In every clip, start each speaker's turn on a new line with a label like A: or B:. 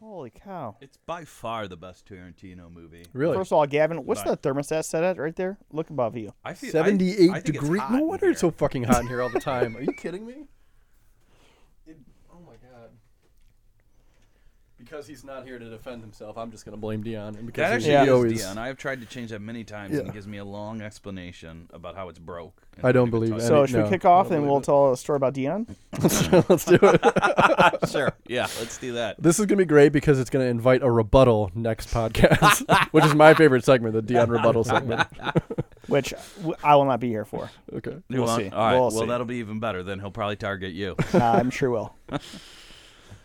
A: Holy cow!
B: It's by far the best Tarantino movie.
C: Really?
A: First of all, Gavin, what's the
B: Nice.
A: thermostat set at right there? Look above you.
B: I feel I- I
C: 78
B: think it's
C: degrees.
B: hot
C: No
B: in
C: wonder it's so
B: here.
C: fucking hot in here all the time. Are you kidding me? It, oh my god. Because he's not here to defend himself, I'm just going to blame Dion. And because
B: That
C: he's
B: actually
A: Yeah.
B: is
C: always,
B: Dion. I have tried to change that many times, and
C: Yeah.
B: it gives me a long explanation about how it's broke.
C: I don't
B: Maybe
C: believe
B: it's
C: any-
A: So
B: all-
C: it.
A: should
C: no,
A: we kick
C: I
A: off
C: don't
A: and
C: believe
A: we'll
C: it.
A: tell a story about Dion?
C: Let's do it.
B: sure. Yeah, let's do that.
C: This is going to be great because it's going to invite a rebuttal next podcast, which is my favorite segment, the Dion rebuttal segment.
A: Which w- I will not be here for.
C: Okay.
B: You
A: We'll
B: want-
A: see.
B: All right.
A: We'll
B: well,
A: see.
B: that'll be even better. Then he'll probably target you.
A: Uh, I'm sure will.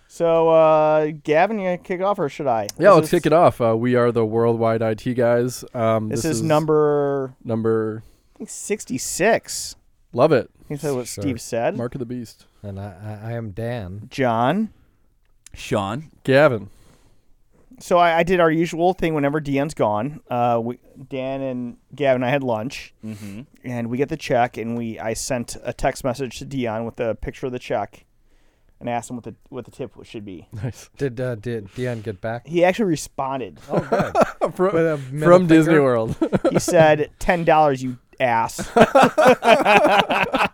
A: So, uh, Gavin, you gonna kick off or should I?
C: Yeah,
A: This
C: let's
A: is-
C: kick it off. Uh, we are the worldwide IT guys. Um,
A: This, is, number
C: number.
A: I think, 66.
C: Love it.
A: I think that's what
D: Sure.
A: Steve said.
C: Mark of the Beast.
D: And I, I, I am Dan.
A: John.
B: Sean.
C: Gavin.
A: So I, I did our usual thing whenever Dan's gone. Uh, we, Dan and Gavin and I had lunch,
B: Mm-hmm.
A: and we get the check, and we I sent a text message to Dion with a picture of the check, and asked him what the what the tip should be.
C: Nice.
D: Did uh, did Dion get back?
A: He actually responded.
D: Oh, good.
C: From,
D: With a middle
C: from Disney
D: finger?
C: World.
A: He said ten dollars, you ass. Uh,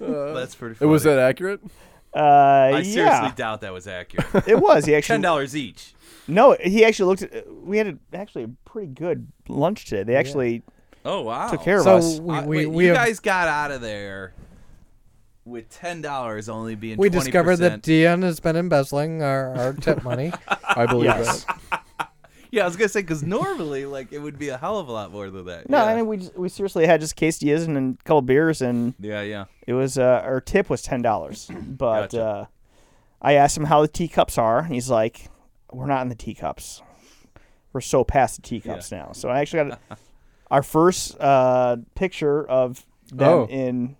B: That's pretty.
C: It was
B: funny.
C: that accurate?
A: Uh,
B: I seriously
A: yeah,
B: doubt that was accurate.
A: it was. He
B: Ten
A: actually
B: dollars each.
A: no. He actually looked. At, we had a, actually a pretty good lunch today. They actually
B: Oh wow.
A: took care of
D: So
A: us.
D: we
B: Uh,
D: we,
B: wait,
D: we,
B: you
D: have-
B: guys got out of there with ten dollars only being.
D: we discovered that
B: 20%.
D: Dion has been embezzling our, our tip money.
C: I believe
A: Yes.
C: that.
B: Yeah, I was gonna say because normally, like, it would be a hell of a lot more than that.
A: No,
B: yeah.
A: I mean we just, we seriously had just quesadillas and a couple beers, and
B: yeah, yeah.
A: it was uh, our tip was ten dollars. But
B: Gotcha.
A: uh, I asked him how the teacups are, and he's like, "We're not in the teacups. We're so past the teacups now." So I actually got our first uh, picture of them
C: Oh.
A: in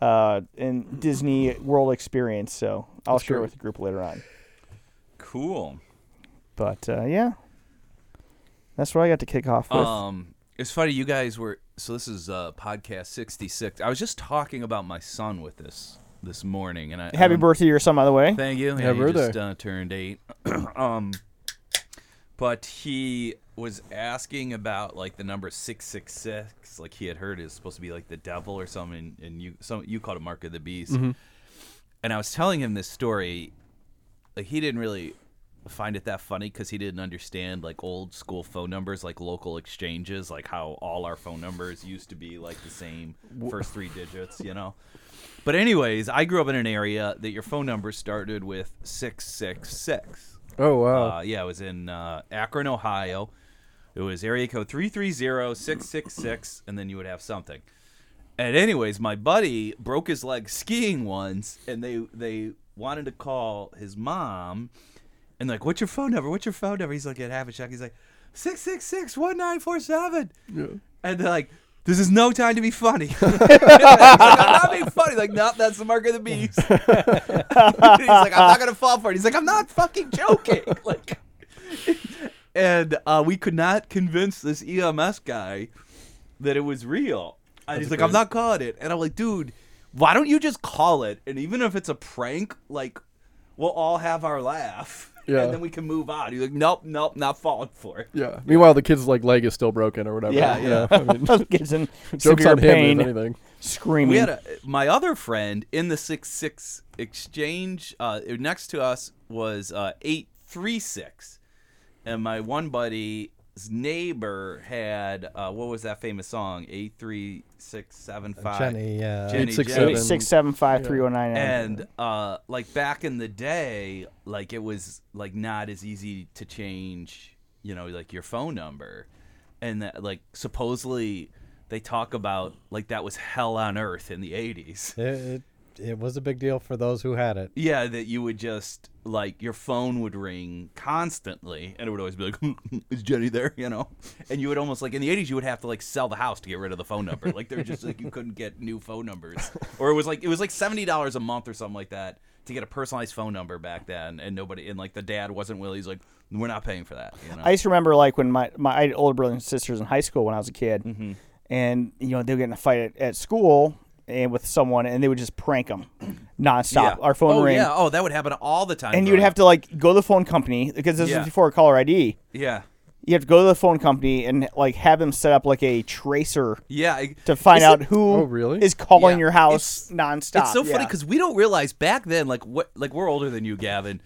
A: uh, in Disney World experience. So I'll
C: That's
A: share it
C: great.
A: with the group later on.
B: Cool.
A: But uh, yeah, that's what I got to kick off with.
B: Um, it's funny you guys were. So this is uh, podcast sixty six. I was just talking about my son with this this morning, and I
A: Happy
B: um,
A: birthday or something, by the way.
B: Thank you. Yeah,
C: Happy
B: he just
C: birthday.
B: uh, turned eight. um, but he was asking about like the number six six six. Like he had heard is supposed to be like the devil or something. And, and you some you called it mark of the beast. And I was telling him this story. Like he didn't really find it that funny because he didn't understand like old school phone numbers, like local exchanges, like how all our phone numbers used to be like the same first three digits, you know. But anyways, I grew up in an area that your phone number started with six six six.
C: Oh, wow.
B: Uh, yeah, it was in uh, Akron, Ohio. It was area code 330-666, and then you would have something. And anyways, my buddy broke his leg skiing once, and they they wanted to call his mom, and like, what's your phone number? What's your phone number? He's like at half a check. He's like, six six six one nine four seven. And they're like, this is no time to be funny. He's like, I'm not being funny. Like, no, that's the mark of the beast. And he's like, I'm not gonna fall for it. He's like, I'm not fucking joking. Like, and uh, we could not convince this EMS guy that it was real. And he's like, I'm not calling it. And I'm like, dude, why don't you just call it? And even if it's a prank, like, we'll all have our laugh.
C: Yeah.
B: And then we can move on. He's like, nope, nope, not falling for it.
C: Yeah. Meanwhile, the kid's like leg is still broken or whatever.
A: yeah, yeah.
C: I mean,
A: Gives him
C: jokes
A: severe
C: on him
A: pain,
C: if anything.
A: screaming.
B: we had a, my other friend in the six six exchange. Uh, next to us was uh, eight three six, and my one buddy's neighbor had uh, what was that famous song? Eight three six seven five.
D: Jenny, uh,
B: Jenny,
C: Eight, six,
B: Jenny.
C: seven.
A: six seven five three zero nine nine.
B: And uh, like back in the day, like it was like not as easy to change, you know, like your phone number, and that like supposedly they talk about like that was hell on earth in the eighties.
D: It, it, it was a big deal for those who had it.
B: Yeah, that you would just like your phone would ring constantly, and it would always be like, "Is Jenny there?" You know, and you would almost like in the '80s you would have to like sell the house to get rid of the phone number. Like they're just like you couldn't get new phone numbers, or it was like it was like seventy dollars a month or something like that to get a personalized phone number back then, and nobody and like the dad wasn't willing. He's like, "We're not paying for that." You know,
A: I used to remember like when my my I had
B: Mm-hmm.
A: older brothers and sisters in high school when I was a kid, and you know they would get in a fight at, at school, and with someone, and they would just prank them nonstop. Our phone
B: oh,
A: rang,
B: Yeah. Oh, that would happen all the time.
A: and you'd
B: growing
A: have to like go to the phone company because this
B: Yeah.
A: was before caller ID.
B: up. Yeah.
A: You have to go to the phone company and like have them set up like a tracer
B: Yeah. I-
A: to find
B: Is it-
A: out who
C: Oh, really?
A: is calling
B: Yeah.
A: your house nonstop.
B: It's so funny
A: yeah.
B: because we don't realize back then, like what, like we're older than you, Gavin.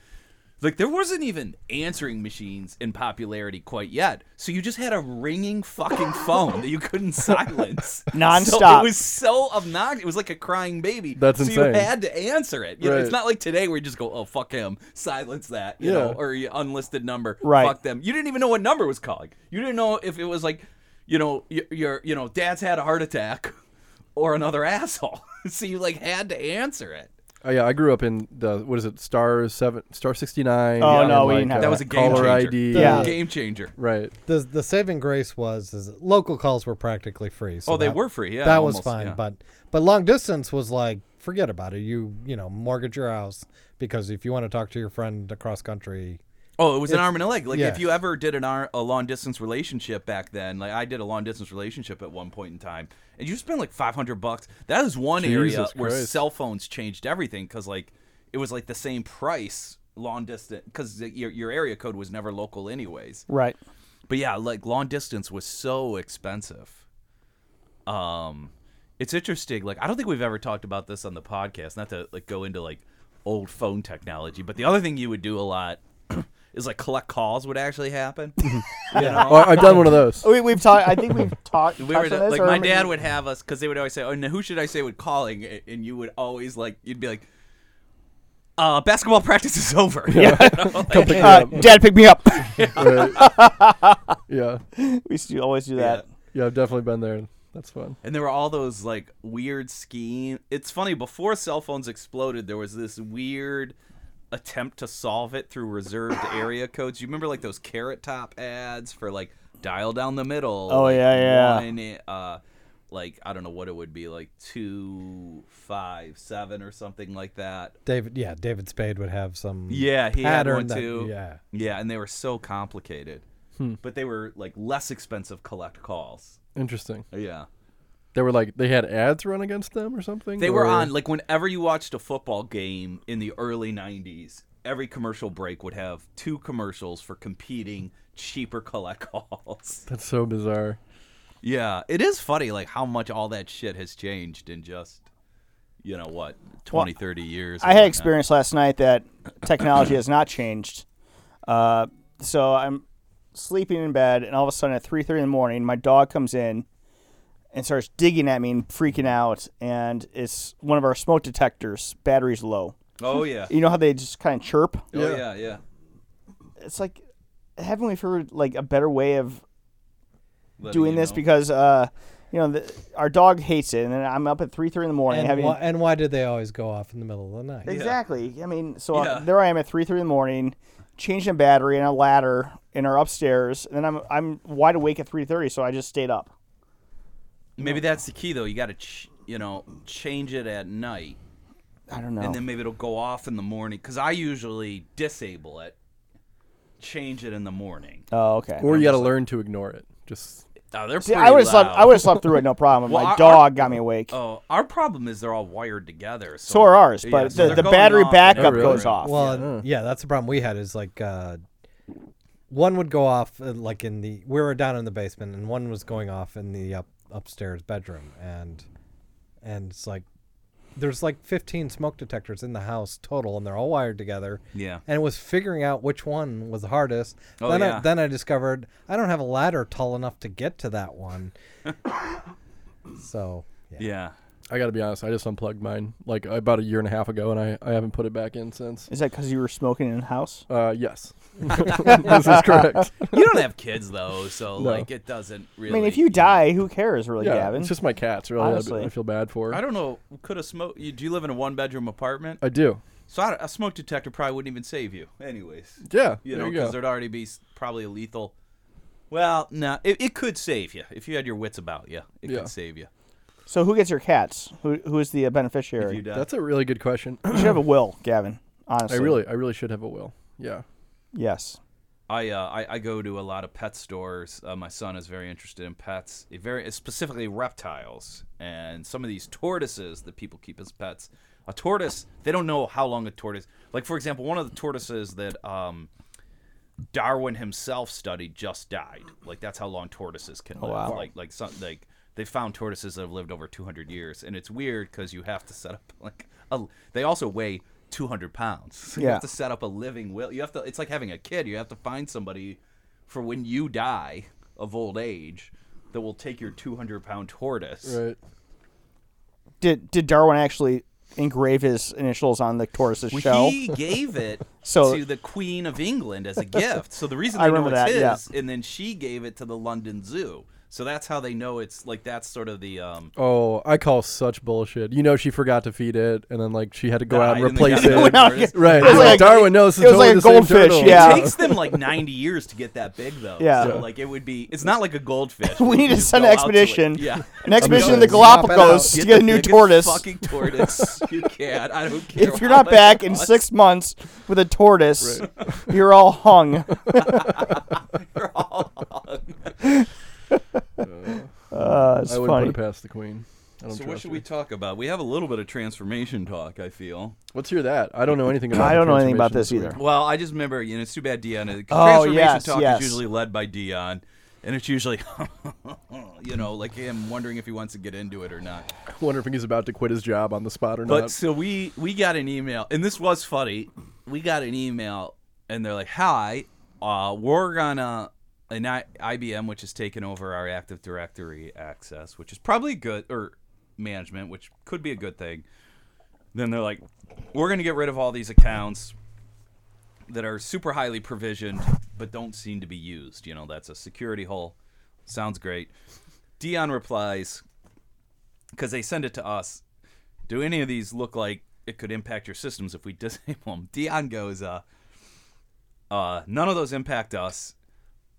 B: Like there wasn't even answering machines in popularity quite yet, so you just had a ringing fucking phone that you couldn't silence So
A: Nonstop.
B: it was so obnoxious. It was like a crying baby.
C: That's
B: so
C: insane.
B: You had to answer it. You know, it's
C: Right.
B: not like today where you just go, "Oh fuck him," silence that, you
C: Yeah.
B: know, or you unlisted number,
A: Right.
B: Fuck them. You didn't even know what number was calling. You didn't know if it was like, you know, y- your you know, dad's had a heart attack, or another asshole. so you like had to answer it.
C: Oh yeah, I grew up in the what is it, Star Seven, Star sixty nine.
A: Oh, no, we didn't have
B: That
A: Uh,
B: was a game
C: caller
B: changer.
C: ID.
A: Yeah.
B: game changer.
C: right.
D: The the saving grace was is that local calls were practically free. So
B: Oh, they
D: that-
B: were free. Yeah,
D: that
B: almost,
D: was fine,
B: yeah.
D: but but long distance was like forget about it. You you know mortgage your house because if you want to talk to your friend across country,
B: oh, it was an arm and a leg. Like
D: yeah.
B: if you ever did an ar- a long distance relationship back then, like I did a long distance relationship at one point in time, and you spend like five hundred bucks. That is one area
C: Jesus
B: where
C: Christ.
B: cell phones changed everything because like it was like the same price long distance because your your area code was never local anyways.
A: right.
B: But yeah, like long distance was so expensive. Um it's interesting. Like I don't think we've ever talked about this on the podcast, not to like go into like old phone technology, but the other thing you would do a lot is like collect calls would actually happen.
C: Oh, I- I've done one of those.
A: We, we've talked. I think we've talked.
B: We were
A: touched on this,
B: like
A: or
B: my
A: maybe-
B: dad would have us because they would always say, "Oh, now who should I say would calling?" A- And you would always like you'd be like, "Uh, basketball practice is over." Yeah,
C: Come pick me
A: Uh,
C: up.
A: dad, pick me up.
C: Right. yeah,
A: we used to always do that.
C: yeah, I've definitely been there. That's fun.
B: And there were all those like weird scheme. It's funny before cell phones exploded, there was this weird attempt to solve it through reserved area codes. You remember like those carrot top ads for like dial down the middle.
A: Oh,
B: like,
A: yeah, yeah.
B: One, uh, like I don't know what it would be like two five seven or something like that.
D: David yeah David Spade would have some
B: Yeah, he had
D: pattern
B: one
D: that-
B: too.
D: yeah. Hmm.
B: yeah, and they were so complicated, but they were like less expensive collect calls.
C: Interesting.
B: Yeah.
C: They were like they had ads run against them or something.
B: They were
C: or-
B: on like whenever you watched a football game in the early '90s, every commercial break would have two commercials for competing cheaper collect calls.
C: That's so bizarre.
B: yeah, it is funny like how much all that shit has changed in just you know what 20, 30 years. or
A: I had
B: whatnot.
A: experience last night that technology has not changed. Uh, so I'm sleeping in bed, and all of a sudden at 3:30 in the morning, my dog comes in and starts digging at me and freaking out. And it's one of our smoke detectors. Battery's low.
B: Oh yeah,
A: You know how they just kind of chirp?
B: oh yeah, yeah.
A: It's like, haven't we heard like a better way of
B: Letting
A: doing
B: you
A: this
B: know.
A: because uh, you know the, our dog hates it, and then I'm up at three thirty in the morning
D: And,
A: having
D: why, and why did they always go off in the middle of the night?
A: exactly. I mean, so uh,
B: Yeah.
A: there I am at three thirty in the morning, changing a battery and a ladder in our upstairs, and then I'm I'm wide awake at three thirty, so I just stayed up.
B: maybe that's the key though. You got to ch- you know change it at night.
A: I don't know.
B: and then maybe it'll go off in the morning because I usually disable it, change it in the morning.
A: oh, okay.
C: Or you got to learn to ignore it. Just
B: Oh, they're
A: See,
B: pretty
A: I would have slept.
B: loud.
A: I would have slept through it, no problem.
B: Well,
A: my
B: our-
A: dog got me awake.
B: Oh, our problem is they're all wired together. So,
A: so are ours,
B: yeah,
A: but
B: so
A: the,
B: they're
A: the
B: going
A: battery
B: off in
A: backup
C: every
A: goes
C: room.
A: off.
D: Well, yeah. that's the problem we had is like uh, one would go off uh, like in the we were down in the basement and one was going off in the up, upstairs bedroom and and it's like there's like 15 smoke detectors in the house total and they're all wired together.
B: Yeah.
D: And it was figuring out which one was the hardest.
B: Oh,
D: then
B: yeah.
D: I, then I discovered I don't have a ladder tall enough to get to that one. so, yeah.
B: Yeah.
C: I got to be honest. I just unplugged mine like about a year and a half ago, and I I haven't put it back in since.
A: Is that because you were smoking in the house?
C: Uh, yes, this is correct.
B: You don't have kids though, so like it doesn't
A: I
B: really.
A: mean, if you die, who cares, really,
C: yeah,
A: Gavin?
C: it's just my cats. Really, I-
A: Honestly.
C: I feel bad for.
B: I don't know. Could a smoke? You, do you live in a one-bedroom apartment?
C: I do.
B: So I, a smoke detector probably wouldn't even save you, anyways.
C: Yeah,
B: You
C: there
B: know,
C: you go.
B: because there'd already be s- probably a lethal. Well, no, it, it could save you if you had your wits about you. It
C: Yeah.
B: could save you.
A: so who gets your cats? Who who is the uh, beneficiary?
B: If you die.
C: That's a really good question.
A: You should have a will, Gavin.
C: I
A: Honestly,
C: really, I really should have a will. Yeah,
A: yes.
B: I, uh, I I go to a lot of pet stores. Uh, my son is very interested in pets, eh, very specifically reptiles and some of these tortoises that people keep as pets. A tortoise, they don't know how long a tortoise. Like for example, one of the tortoises that um, Darwin himself studied just died. Like that's how long tortoises can live.
A: Oh, wow.
B: Like like some like they found tortoises that have lived over 200 years, and it's weird because you have to set up like a, they also weigh 200 pounds. So you
A: Yeah.
B: have to set up a living will. You have to. It's like having a kid. You have to find somebody for when you die of old age that will take your 200 pound tortoise.
C: Right.
A: Did did Darwin actually engrave his initials on the tortoise's shell?
B: He gave it
A: So-
B: to the Queen of England as a gift. So the reason
A: I
B: they know it's
A: remember that, yeah.
B: his, and then she gave it to the London Zoo. So that's how they know it's like that's sort of the um.
C: Oh, I call such bullshit. You know, she forgot to feed it, and then like she had to go out and
B: died they
C: replace
B: got another
C: it.
A: out-
B: tortoise.
C: Right.
A: It was
C: Like,
A: like-
C: Darwin knows.
A: it was like a goldfish, yeah.
B: It takes them like 90 years to get that big, though.
A: Yeah.
B: So, like, it would be, it's not like a goldfish.
A: We need
B: You
A: to
B: just
A: send
B: go
A: an
B: out to, like-
A: expedition.
B: yeah.
A: An expedition
C: go
A: to the
C: swap it out.
A: Galapagos to
B: Get
A: get a
B: the
A: new
B: biggest
A: tortoise.
B: Fucking tortoise. You can't. I don't care.
A: If you're
B: how
A: not back
B: much it
A: in
B: costs.
A: six months with a tortoise, you're all hung.
B: You're all on.
A: Uh, it's
C: I would put
A: funny.
C: it past the queen. I don't
B: So, what
C: trust
B: should
C: her.
B: we talk about? We have a little bit of transformation talk, I feel.
C: Let's hear that. I don't know anything about.
A: I
C: the
A: don't know anything about
C: transformation
A: this either.
B: Well, I just remember, you know, it's too bad Dion. the
A: Oh,
B: transformation
A: yes,
B: talk
A: yes.
B: is usually led by Dion, and it's usually, you know, like him wondering if he wants to get into it or not.
C: week. Wonder if he's about to quit his job on the spot or
B: But
C: not.
B: so we we got an email, and this was funny. We got an email, and they're like, "Hi, uh, we're gonna." And I, IBM, which has taken over our Active Directory access, which is probably good, or management, which could be a good thing. Then they're like, "We're gonna get rid of all these accounts that are super highly provisioned, but don't seem to be used. You know, that's a security hole. Sounds great." Dion replies, because they send it to us. Do any of these look like it could impact your systems if we disable them? Dion goes, uh, uh, none of those impact us,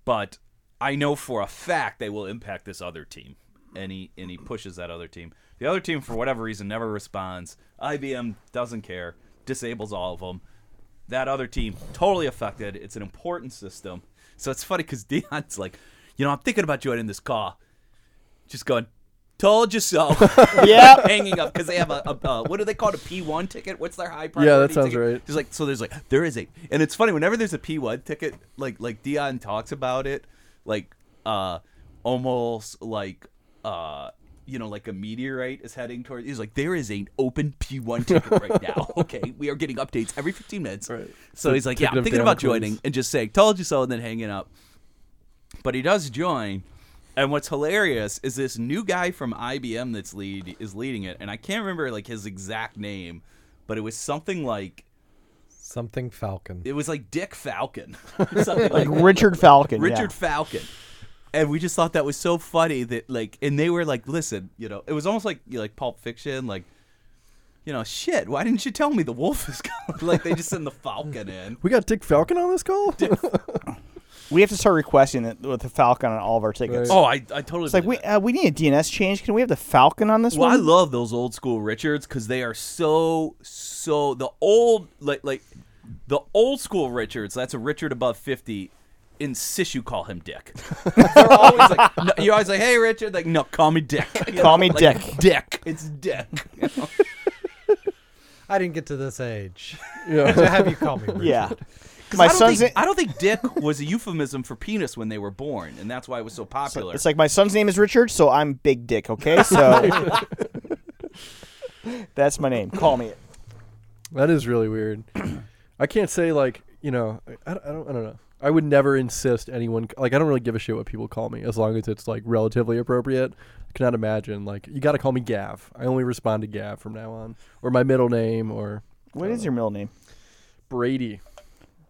B: but I know for a fact they will impact this other team. And he, and he pushes that other team. The other team, for whatever reason, never responds. IBM doesn't care, disables all of them. That other team, totally affected. It's an important system. So it's funny because Dion's like, you know, I'm thinking about you in this call. Just going, told you so.
A: Yep.
B: hanging up because they have a, a uh, what do they call it a P one ticket? What's their high priority?
C: Yeah, that sounds
B: ticket?
C: right.
B: Just like so, there's like there is a, and it's funny whenever there's a P one ticket, like like Dion talks about it, like uh almost like uh you know like a meteorite is heading toward. He's like there is an open P one ticket right now. Okay, we are getting updates every 15 minutes.
C: Right.
B: So he's like, yeah,
C: Ticket
B: I'm
C: of
B: thinking about
C: Damocles.
B: joining, and just saying told you so, and then hanging up. But he does join. And what's hilarious is this new guy from IBM that's lead is leading it, and I can't remember like his exact name, but it was something like
D: Something Falcon.
B: it was like Dick Falcon, something
A: Like
B: like,
A: Richard Falcon. yeah.
B: Richard Falcon. And we just thought that was so funny that like, and they were like, listen, you know, it was almost like you know, like Pulp Fiction, like, you know, shit, why didn't you tell me the wolf is coming? like they just send the Falcon in.
C: we got Dick Falcon on this call.
A: We have to start requesting it with the Falcon on all of our tickets.
C: Right.
B: Oh, I I totally.
A: It's like we uh, we need a DNS change. Can we have the Falcon on this
B: Well, I
A: one?
B: love those old school Richards because they are so so the old like like the old school Richards. That's a Richard above fifty. Insists you call him Dick. They're always like, no, you're always like, "Hey, Richard." Like, no, call me Dick. You
A: Call me
B: like,
A: Dick.
B: Dick. It's Dick. You know?
D: I didn't get to this age to
C: yeah.
D: have you call me. Richard.
A: yeah.
B: 'Cause
A: My
B: I don't
A: son's
B: Think,
A: na-
B: I don't think Dick was a euphemism for penis when they were born, and that's why it was so popular.
A: It's like my son's name is Richard, so I'm Big Dick. Okay, so that's my name. Call me it.
C: That is really weird. I can't say like you know I, I don't I don't I don't know. I would never insist anyone like I don't really give a shit what people call me as long as it's like relatively appropriate. I cannot imagine like you got to call me Gav. I only respond to Gav from now on or my middle name or
A: What
B: Uh,
A: is your middle name?
C: Brady.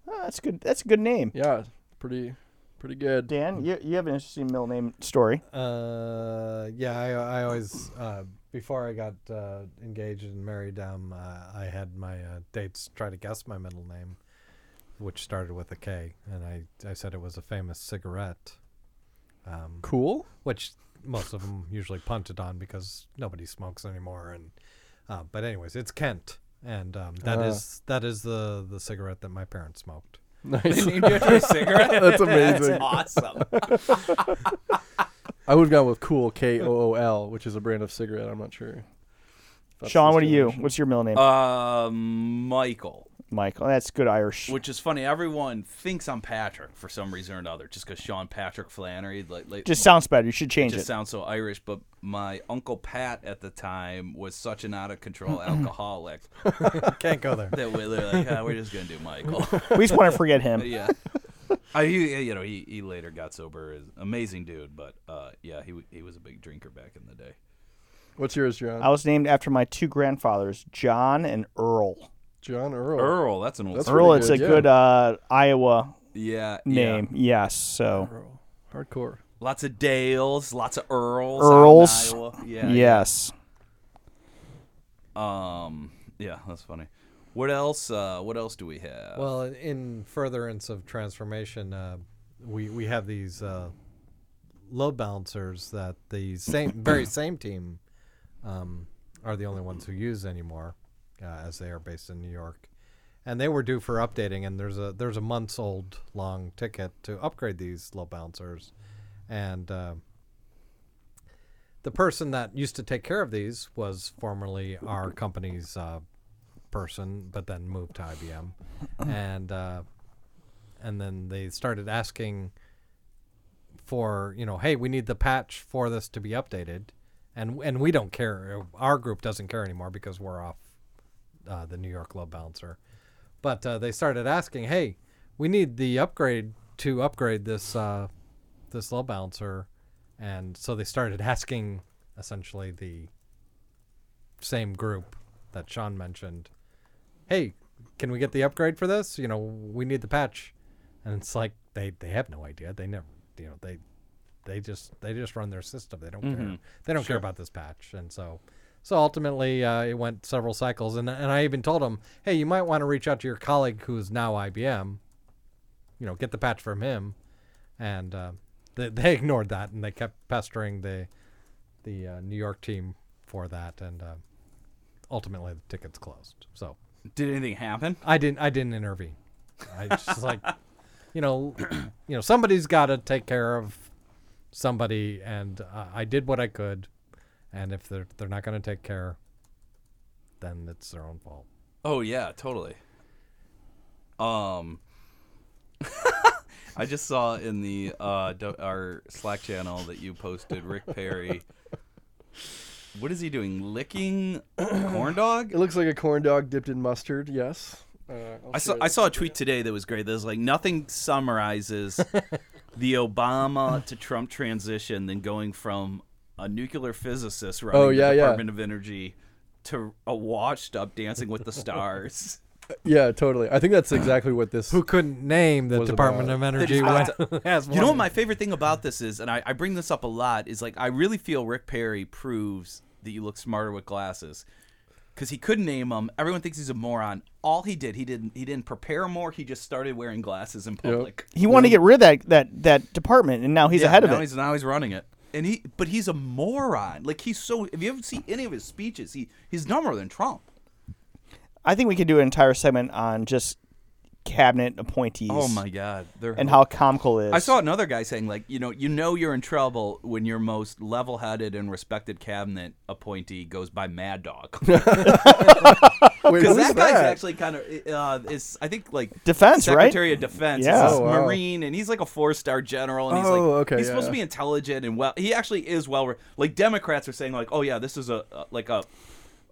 A: Oh, that's good. That's a good name.
C: Yeah, pretty pretty good.
A: Dan, you, you have an interesting middle name story.
D: Uh, yeah, I, I always uh, before I got uh, engaged and married, um, uh, I had my uh, dates try to guess my middle name, which started with a K, and I I said it was a famous cigarette, um,
C: Cool.
D: which most of them usually punted on because nobody smokes anymore. And uh, but anyways, it's Kent, and um, that is
C: Ah.
D: that is the the cigarette that my parents smoked.
C: Nice.
B: named you after a cigarette.
C: That's amazing.
B: That's awesome.
C: I would have gone with Cool K O O L, which is a brand of cigarette. I'm not sure. if that's
A: Sean,
C: the
A: what are you?
C: distinction.
A: What's your middle name?
B: Uh, Um, Michael,
A: Michael. That's good Irish.
B: which is funny. Everyone thinks I'm Patrick for some reason or another, just because Sean Patrick Flannery. Like, like
A: just sounds better. You should
B: it
A: change
B: just
A: it.
B: sounds so Irish. But my uncle Pat at the time was such an out of control alcoholic
D: Can't go there.
B: that we- they're like, ah, we're just gonna do Michael.
A: we just want to forget him.
B: yeah. I, he, you know, he, he later got sober. Is amazing dude, but uh, yeah, he w- he was a big drinker back in the day.
C: What's yours, John?
A: I was named after my two grandfathers, John and Earl.
C: John Earl.
B: Earl, that's an old
C: That's
B: school-
A: Earl,
C: pretty
A: it's
C: good,
A: a
C: yeah.
A: good uh, Iowa
B: yeah yeah.
A: name. Yes. So
C: Earl. Hardcore.
B: Lots of Dales, lots of Earls. out in
A: Earls.
B: Iowa. Yeah,
A: yes.
B: yeah. Um, yeah, that's funny. What else? Uh, what else do we have?
D: Well, in- in furtherance of transformation, uh, we we have these uh, load balancers that the same very same team um, are the only ones who use anymore, uh, as they are based in New York, and they were due for updating. And there's a there's a months old long ticket to upgrade these load balancers, and uh, the person that used to take care of these was formerly our company's uh, person, but then moved to IBM, and uh, and then they started asking for you know, hey, we need the patch for this to be updated, and and we don't care. Our group doesn't care anymore because we're off uh, the New York load balancer, but uh, they started asking, hey, we need the upgrade to upgrade this uh, this load balancer, and so they started asking essentially the same group that Sean mentioned, "Hey, can we get the upgrade for this? You know, we need the patch." And it's like they they have no idea. They never, you know, they they just they just run their system. They don't care. They don't care about this patch. And so so ultimately, uh, it went several cycles. And and I even told them, "Hey, you might want to reach out to your colleague who is now IBM. You know, get the patch from him." And uh, they they ignored that and they kept pestering the the uh, New York team for that and. Uh, ultimately the ticket's closed. So
B: Did anything happen?
D: I didn't I didn't intervene. I just like you know you know somebody's got to take care of somebody and uh, I did what I could and if they're they're not going to take care then it's their own fault.
B: Oh yeah, totally. Um, I just saw in the uh do- our Slack channel that you posted Rick Perry. What is he doing? Licking a corn dog?
C: It looks like a corn dog dipped in mustard. Yes. Uh, I'll
B: I saw
C: share
B: I
C: that.
B: saw a tweet today that was great. That was like nothing summarizes the Obama to Trump transition than going from a nuclear physicist running
C: Oh, yeah,
B: the
C: yeah.
B: Department of Energy to a washed up Dancing with the Stars.
C: Yeah, totally. I think that's exactly what this.
D: Who couldn't name the
C: Was
D: Department
C: about-
D: of Energy
B: That is-
D: when, as
B: You know what
D: one?
B: my favorite thing about this is, and I, I bring this up a lot, is like I really feel Rick Perry proves that you look smarter with glasses. Because he couldn't name them, everyone thinks he's a moron. All he did, he didn't, he didn't prepare more. He just started wearing glasses in public.
A: He wanted to get rid of that that that department, and now he's
B: Yeah,
A: ahead of
B: now
A: it.
B: He's, now he's running it, and he, but he's a moron. Like he's so. If you ever see any of his speeches, he he's dumber than Trump.
A: I think we could do an entire segment on just cabinet appointees.
B: Oh my god, they're
A: And how comical it is.
B: I saw another guy saying like, you know, you know you're in trouble when your most level-headed and respected cabinet appointee goes by Mad Dog. Because
C: Wait, who's
B: that guy's
C: that?
B: actually kind of uh, is I think like
A: Defense, right?
B: Secretary of Defense.
A: Yeah.
B: Yeah,
A: Oh,
C: wow.
B: Marine, and he's like a four-star general, and he's like,
C: Oh, okay,
B: he's supposed
C: yeah.
B: to be intelligent and well. He actually is well. Re- like Democrats are saying like, oh yeah, this is a, a like a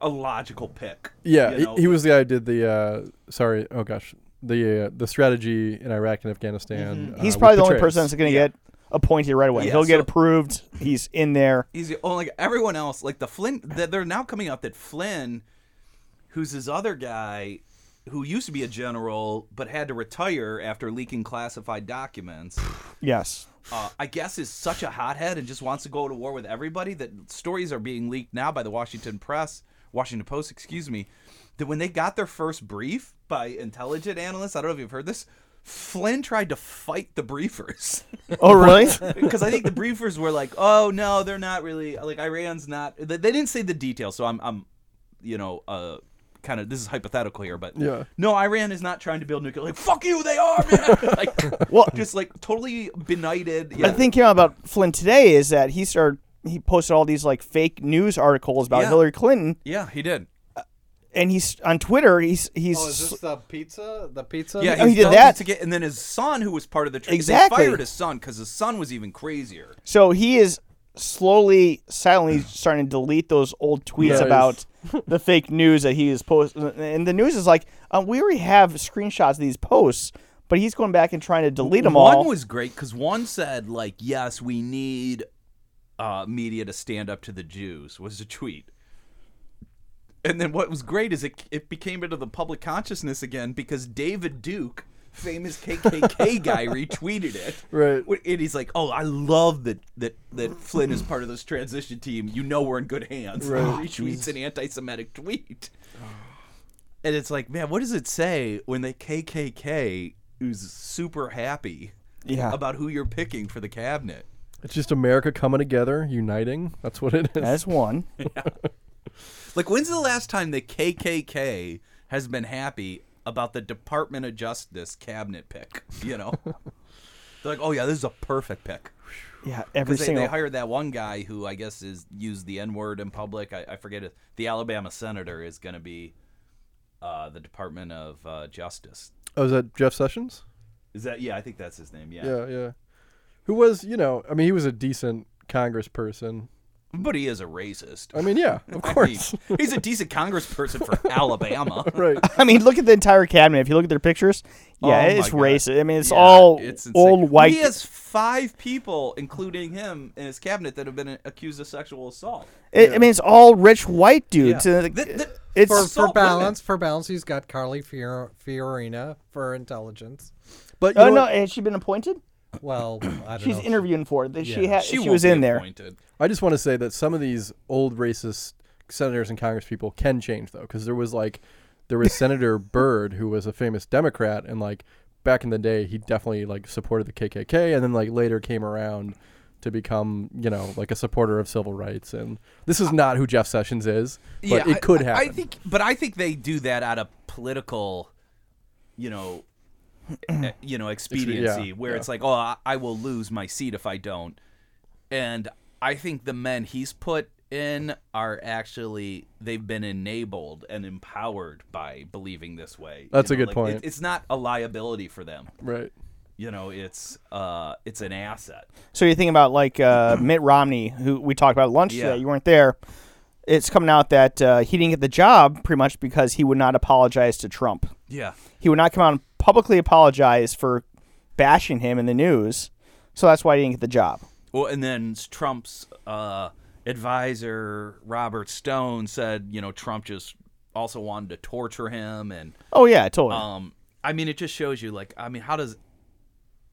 B: a logical pick.
C: Yeah,
B: you know?
C: he, he was the guy who did the. Uh, sorry. Oh gosh. The uh, the strategy in Iraq and Afghanistan. uh,
A: Mm-hmm. He's
C: with
A: probably the only
C: Petraeus.
A: person that's going to get appointed right away.
B: Yeah,
A: He'll get
B: so-
A: approved. He's in there.
B: He's the only guy. Everyone else, like the Flynn, that they're now coming out that Flynn, who's this other guy, who used to be a general but had to retire after leaking classified documents,
A: Yes.
B: uh, I guess is such a hothead and just wants to go to war with everybody that stories are being leaked now by the Washington Press, Washington Post, excuse me, that when they got their first brief by intelligent analysts, I don't know if you've heard this, Flynn tried to fight the briefers.
A: Oh, really?
B: because I think the briefers were like, "Oh no, they're not really like Iran's not." They, they didn't say the details, so I'm, I'm, you know, uh, kind of this is hypothetical here, but
C: Yeah.
B: no, Iran is not trying to build nuclear. Like fuck you, they are man. like
A: Well-
B: just like totally benighted.
A: The thing came out about Flynn today is that he started he posted all these like fake news articles about
B: Yeah.
A: Hillary Clinton,
B: Yeah, he did.
A: and he's on Twitter. He's he's
D: Oh, is this the pizza? The pizza?
B: Yeah,
A: Oh, he did
B: felt
A: that?
B: it To get, and then his son, who was part of the trade,
A: Exactly.
B: they fired his son because his son was even crazier.
A: so he is slowly, silently starting to delete those old tweets
C: Nice.
A: about the fake news that he is posting. And the news is like, uh, we already have screenshots of these posts, but he's going back and trying to delete them
B: one
A: all.
B: was great because one said like, "Yes, we need uh, media to stand up to the Jews." Was a tweet. And then what was great is it it became into the public consciousness again because David Duke, famous KKK guy, retweeted it.
C: Right.
B: Wh- And he's like, "Oh, I love that that that Flynn is part of this transition team. You know we're in good hands." Right. Retweets an anti-Semitic tweet. And it's like, man, what does it say when the KKK who's super happy
A: Yeah.
B: about who you're picking for the cabinet?
C: It's just America coming together, uniting. That's what it is.
A: That's one.
B: Like, when's the last time the KKK has been happy about the Department of Justice cabinet pick? You know, they're like, oh yeah, this is a perfect pick.
A: Yeah, every
B: Because they,
A: single.
B: they hired that one guy who I guess is used the N word in public. I, I forget it. The Alabama senator is going to be uh, the Department of uh, Justice.
C: oh, is that Jeff Sessions?
B: Is that yeah? I think that's his name. Yeah.
C: Yeah, yeah. Who was, you know, I mean, he was a decent congressperson.
B: But he is a racist.
C: I mean, yeah, of
B: I
C: course.
B: mean, he's a decent congressperson for Alabama.
C: right.
A: I mean, look at the entire cabinet. If you look at their pictures, yeah,
B: Oh
A: it's
B: my God.
A: racist. I mean, it's
B: Yeah,
A: all
B: insane.
A: old white.
B: He has five people, including him in his cabinet, that have been accused of sexual assault.
A: I- I mean, it's all rich white dudes.
B: Yeah.
A: Uh,
B: Th- th-
A: it's
B: for-
D: For,
B: Assault
D: for
B: women.
D: balance, for balance, he's got Carly Fior- Fiorina for intelligence.
C: But you
A: oh
C: know
A: no,
C: what?
A: has she been appointed?
D: Well, I don't
A: She's
D: know.
A: interviewing for it. She
D: Yeah.
A: had she, was in there.
C: I just want to say that some of these old racist senators and congresspeople can change though, because there was like, there was Senator Byrd who was a famous Democrat, and like back in the day, he definitely like supported the KKK, and then like later came around to become, you know, like a supporter of civil rights. And this is not who Jeff Sessions is, but
B: I-
C: it could
B: I-
C: happen.
B: I think, but I think they do that out of political, you know, eh, you know, expediency,
C: yeah,
B: where
C: yeah.
B: it's like, oh, I, I will lose my seat if I don't, and I think the men he's put in are actually they've been enabled and empowered by believing this way. you
C: That's a
B: know,
C: good
B: like,
C: point.
B: It, it's not a liability for them.
C: right.
B: You know, it's uh, it's an asset.
A: So you think about like uh, Mitt Romney, who we talked about at lunch
B: Yeah.
A: today. You weren't there. It's coming out that uh, he didn't get the job pretty much because he would not apologize to Trump.
B: Yeah.
A: He would not come out and publicly apologize for bashing him in the news. So that's why he didn't get the job.
B: Well, and then Trump's uh, advisor Robert Stone said, you know, Trump just also wanted to torture him, and
A: Oh yeah, totally.
B: um, I mean, it just shows you, like, I mean, how does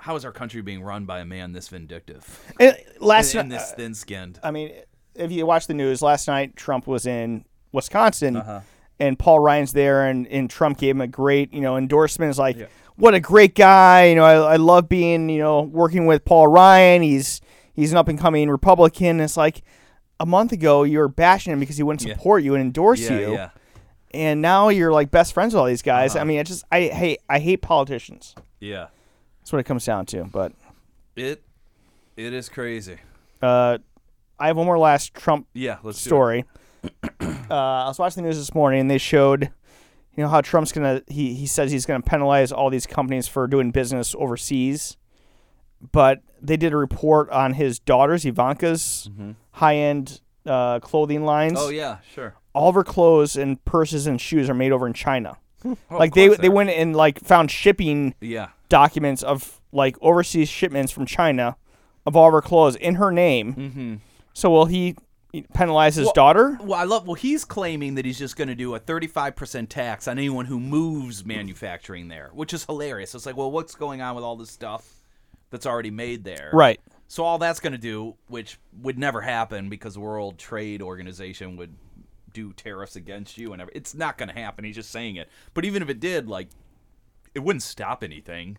B: how is our country being run by a man this vindictive
A: And last
B: and, and
A: ni-
B: this thin-skinned?
A: I mean, if you watch the news last night, Trump was in Wisconsin,
B: Uh-huh.
A: and Paul Ryan's there, and, and Trump gave him a great, you know, endorsement. It's like, what a great guy! You know, I, I love being, you know, working with Paul Ryan. He's he's an up and coming Republican. It's like a month ago you were bashing him because he wouldn't support you and endorse
B: Yeah, Uh-huh.
A: you,
B: yeah,
A: and now you're like best friends with all these guys. I mean, I just I hate I hate politicians.
B: yeah.
A: That's what it comes down to. But
B: It it is crazy.
A: uh, I have one more last Trump
B: Yeah, let's do it.
A: story. uh, I was watching the news this morning, and they showed, you know, how Trump's gonna he he says he's gonna penalize all these companies for doing business overseas, but they did a report on his daughter's Ivanka's high end uh, clothing lines.
B: Mm-hmm. Oh yeah, sure.
A: All of her clothes and purses and shoes are made over in China.
B: Oh,
A: like
B: of
A: they
B: course
A: they
B: are.
A: went and like found shipping
B: Yeah,
A: documents of like overseas shipments from China of all of her clothes in her name. Mm-hmm. So will he penalize his daughter?
B: Well, I love. Well, he's claiming that he's just going to do a 35% tax on anyone who moves manufacturing there, which is hilarious. It's like, well, what's going on with all this stuff that's already made there?
A: Right.
B: So all that's going to do, which would never happen because the World Trade Organization would do tariffs against you and everything. It's not going to happen. He's just saying it. But even if it did, like, it wouldn't stop anything.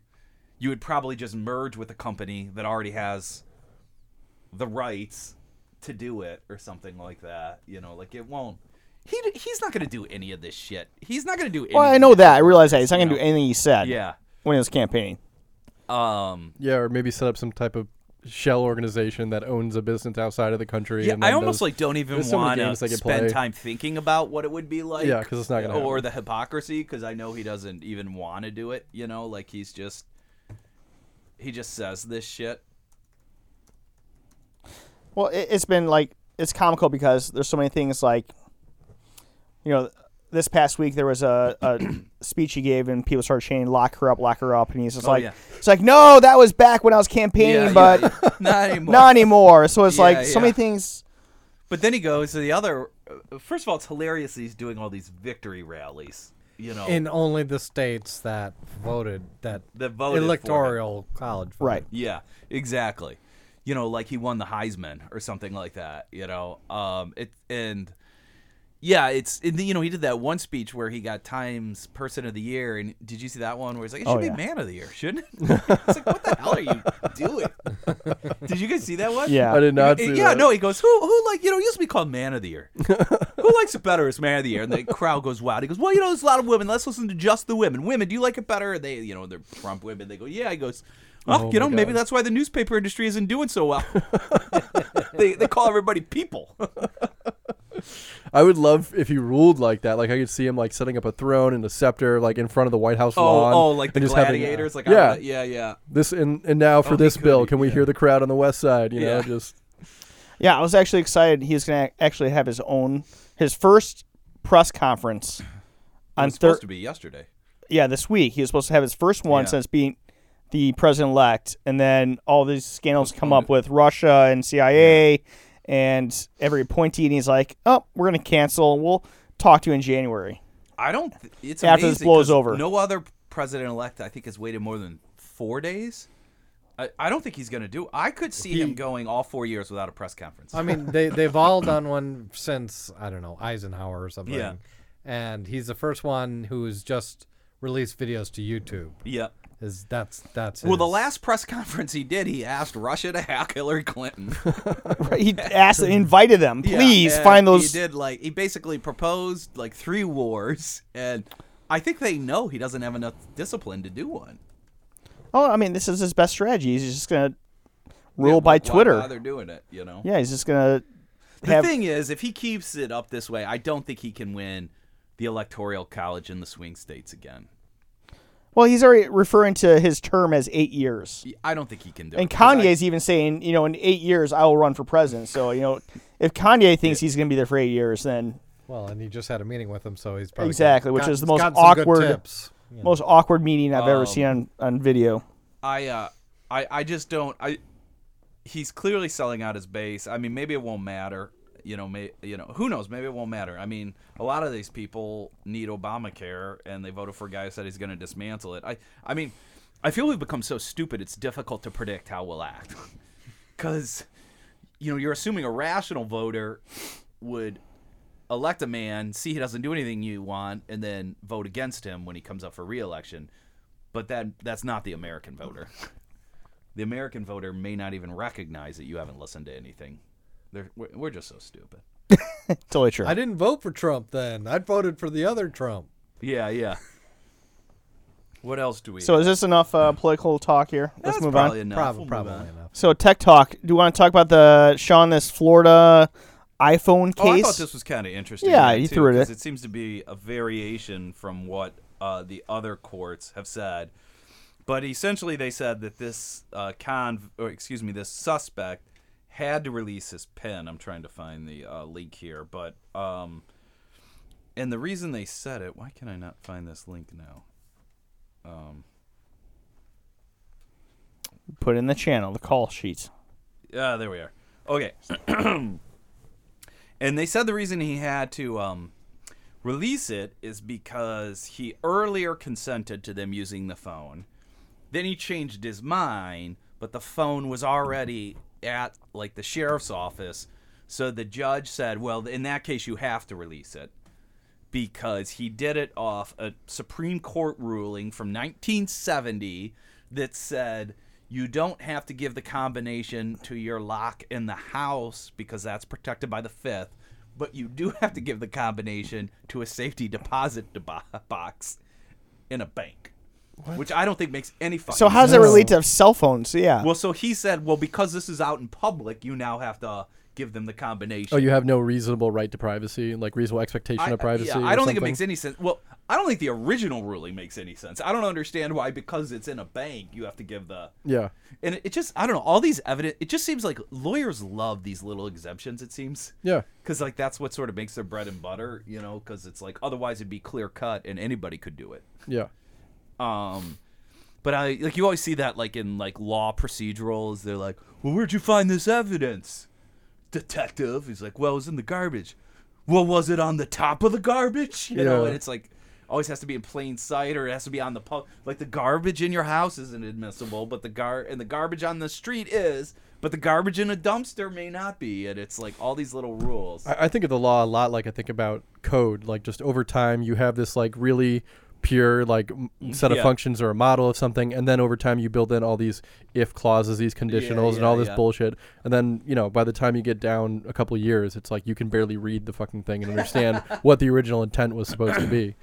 B: You would probably just merge with a company that already has the rights to do it or something like that. You know, like it won't. He d- he's not gonna do any of this shit. He's not gonna do. Any
A: Well, I
B: of
A: know
B: this.
A: that. I realize that. He's not going to
B: No.
A: do anything he said
B: Yeah.
A: when he was campaigning.
B: Um.
C: Yeah, or maybe set up some type of shell organization that owns a business outside of the country.
B: Yeah,
C: and
B: I
C: then
B: almost
C: does-
B: like don't even
C: there's so many
B: want to
C: games they could
B: spend
C: play.
B: time thinking about what it would be like.
C: Yeah, 'cause it's not gonna
B: Or
C: happen.
B: the hypocrisy, because I know he doesn't even want to do it. You know, like he's just he just says this shit.
A: Well, it, it's been like it's comical because there's so many things like, you know, this past week there was a, a speech he gave and people started chanting "lock her up, lock her up," and he's just
B: Oh,
A: like,
B: yeah.
A: it's like no, that was back when I was campaigning,
B: yeah,
A: but
B: yeah, yeah. not anymore.
A: not anymore. So it's
B: Yeah,
A: like so
B: yeah.
A: many things.
B: But then he goes to the other. uh, First of all, it's hilarious. that He's doing all these victory rallies. You know,
D: in only the states that voted that
B: That voted for him.
D: electoral college voted.
A: Right.
B: Yeah, exactly. You know, like he won the Heisman or something like that. You know, um, it and yeah, it's and, you know he did that one speech where he got Times Person of the Year, and did you see that one where he's like, it should
A: Oh,
B: be
A: yeah.
B: Man of the Year, shouldn't it? it's like, what the hell are you doing? did you guys see that one?
A: Yeah.
C: I did not. See
B: yeah,
C: that.
B: no, he goes, who, who like, you know, he used to be called Man of the Year. who likes it better as Man of the Year? And the crowd goes wild. He goes, well, you know, there's a lot of women. Let's listen to just the women. Women, do you like it better? And they, you know, they're Trump women. They go, yeah. He goes, well,
C: Oh
B: you
C: my
B: know, maybe
C: God.
B: that's why the newspaper industry isn't doing so well. they, they call everybody people.
C: I would love if he ruled like that. Like I could see him like setting up a throne and a scepter like in front of the White House
B: oh,
C: lawn.
B: oh, like the
C: and just having-
B: gladiators. like,
C: yeah,
B: yeah. yeah, yeah.
C: this and and now for
B: Oh, he
C: this
B: could,
C: bill, can we
B: yeah.
C: hear the crowd on the west side? You know,
B: Yeah.
C: just
A: Yeah, I was actually excited. He was going to actually have his own his first press conference
B: It
A: on
B: was supposed
A: Thursday.
B: to be yesterday.
A: yeah, this week. He was supposed to have his first one
B: Yeah.
A: since being the president elect, and then all these scandals come up with Russia and CIA and every appointee, and he's like, "Oh, we're gonna cancel. and We'll talk to you in January."
B: I don't. Th- it's
A: After this
B: amazing
A: blows
B: 'cause
A: over.
B: No other president elect, I think, has waited more than four days. I, I don't think he's going to do. I could see him going all four years without a press conference.
D: I mean, they they've all done one since I don't know Eisenhower or something.
B: Yeah.
D: And he's the first one who's just released videos to YouTube.
B: yeah.
D: Is that's that's
B: Well, the
D: his-
B: last press conference he did, he asked Russia to hack Hillary Clinton.
A: Right? He asked, invited them,
B: Yeah,
A: please
B: and
A: find those.
B: He did like he basically proposed like three wars, and I think they know he doesn't have enough discipline to do one.
A: Oh, I mean, this is his best strategy. He's just gonna rule
B: Yeah,
A: by
B: why
A: Twitter.
B: Bother doing it, you know.
A: Yeah, he's just gonna
B: The
A: have.
B: thing is, if he keeps it up this way, I don't think he can win the electoral college in the swing states again.
A: Well, he's already referring to his term as eight years.
B: I don't think he can do
A: And
B: it. 'cause I-
A: Kanye's even saying, you know, in eight years I will run for president. So, you know, if Kanye thinks he's going to be there for eight years, then
D: well, and he just had a meeting with him, so he's probably
A: Exactly,
D: got-
A: which is the
D: he's
A: most
D: got some good
A: awkward-
D: tips. Yeah.
A: most awkward meeting I've ever
B: Um,
A: seen on, on video.
B: I, uh, I, I just don't. I, he's clearly selling out his base. I mean, maybe it won't matter. You know, may, you know, who knows? Maybe it won't matter. I mean, a lot of these people need Obamacare, and they voted for a guy who said he's going to dismantle it. I, I mean, I feel we've become so stupid. It's difficult to predict how we'll act, because, you know, you're assuming a rational voter would elect a man, see he doesn't do anything you want, and then vote against him when he comes up for reelection. But that that's not the American voter. The American voter may not even recognize that you haven't listened to anything. They're, we're, we're just so stupid.
A: Totally true.
D: I didn't vote for Trump then. I voted for the other Trump.
B: Yeah, yeah. What else do we?
A: So, is this enough uh, political talk here? Let's
B: that's
A: move on.
B: probably enough.
D: Probably
B: We'll move
D: probably
B: on.
D: enough.
A: So, tech talk. Do you want to talk about the Sean this Florida iPhone case?
B: Oh, I thought this was kind of interesting.
A: Yeah,
B: yeah,
A: he
B: too,
A: threw it
B: 'cause
A: at-
B: It seems to be a variation from what uh, the other courts have said, but essentially they said that this uh, con, or excuse me, this suspect had to release his pen. I'm trying to find the uh, link here, but um, and the reason they said it. Why can I not find this link now?
A: Put in the channel, the call sheet.
B: Ah, there we are. Okay. and they said the reason he had to um, release it is because he earlier consented to them using the phone. Then he changed his mind, but the phone was already at like the sheriff's office. So the judge said, "Well, in that case, you have to release it." because he did it off a Supreme Court ruling from 1970 that said you don't have to give the combination to your lock in the house because that's protected by the fifth, but you do have to give the combination to a safety deposit debo- box in a bank, which I don't think makes any fucking.
A: So how does that
D: No.
A: relate to cell phones? Yeah.
B: Well, so he said, well, because this is out in public, you now have to give them the combination.
C: Oh, you have no reasonable right to privacy, like reasonable expectation
B: I,
C: of privacy.
B: yeah, I
C: or
B: don't think it
C: something?
B: makes any sense. Well, I don't think the original ruling makes any sense. I don't understand why because it's in a bank you have to give the
C: Yeah,
B: and it, it just I don't know all these evidence. It just seems like lawyers love these little exemptions. It seems
C: yeah.
B: because like that's what sort of makes their bread and butter, you know. Because it's like otherwise it'd be clear cut and anybody could do it.
C: Yeah.
B: Um, but I like you always see that like in like law procedurals. They're like, "Well, where'd you find this evidence, detective?" He's like, "Well, it was in the garbage." Well, was it on the top of the garbage? You know,
C: Yeah.
B: and it's like always has to be in plain sight, or it has to be on the pub. Like the garbage in your house isn't admissible, but the gar and the garbage on the street is, but the garbage in a dumpster may not be. And it's like all these little rules.
C: I, I think of the law a lot like I think about code. Like just over time, you have this like really pure like m- set of
B: Yeah.
C: functions or a model of something, and then over time you build in all these if clauses, these conditionals, and
B: yeah,
C: all this
B: yeah.
C: bullshit. And then you know by the time you get down a couple years, it's like you can barely read the fucking thing and understand what the original intent was supposed to be.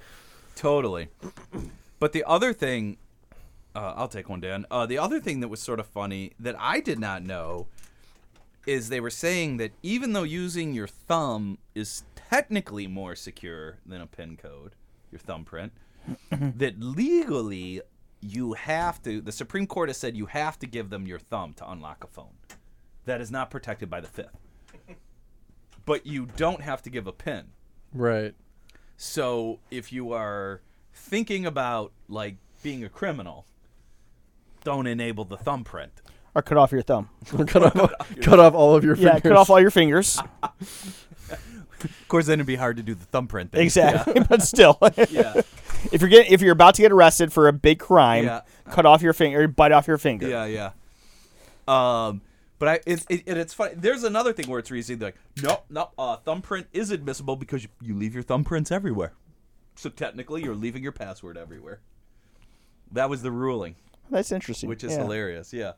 B: Totally. But the other thing, uh, I'll take one, Dan. Uh, the other thing that was sort of funny that I did not know is they were saying that even though using your thumb is technically more secure than a pin code, your thumbprint, that legally you have to, the Supreme Court has said you have to give them your thumb to unlock a phone. That is not protected by the Fifth. But you don't have to give a pin.
C: Right.
B: So if you are thinking about like being a criminal, don't enable the thumbprint.
A: Or cut off your thumb.
C: cut off, cut off all of your
A: Yeah,
C: fingers.
A: cut off all your fingers.
B: Of course, then it'd be hard to do the thumbprint. Thing.
A: Exactly. but still,
B: Yeah. yeah.
A: if you're getting, if you're about to get arrested for a big crime,
B: Yeah.
A: cut off your finger, bite off your finger.
B: Yeah, yeah. Um, but I it's it, and it's funny. There's another thing where it's reasoning like, no, no, uh, thumbprint is admissible because you, you leave your thumbprints everywhere. So technically, you're leaving your password everywhere. That was the ruling,
A: That's interesting.
B: which is
A: Yeah.
B: hilarious. Yeah.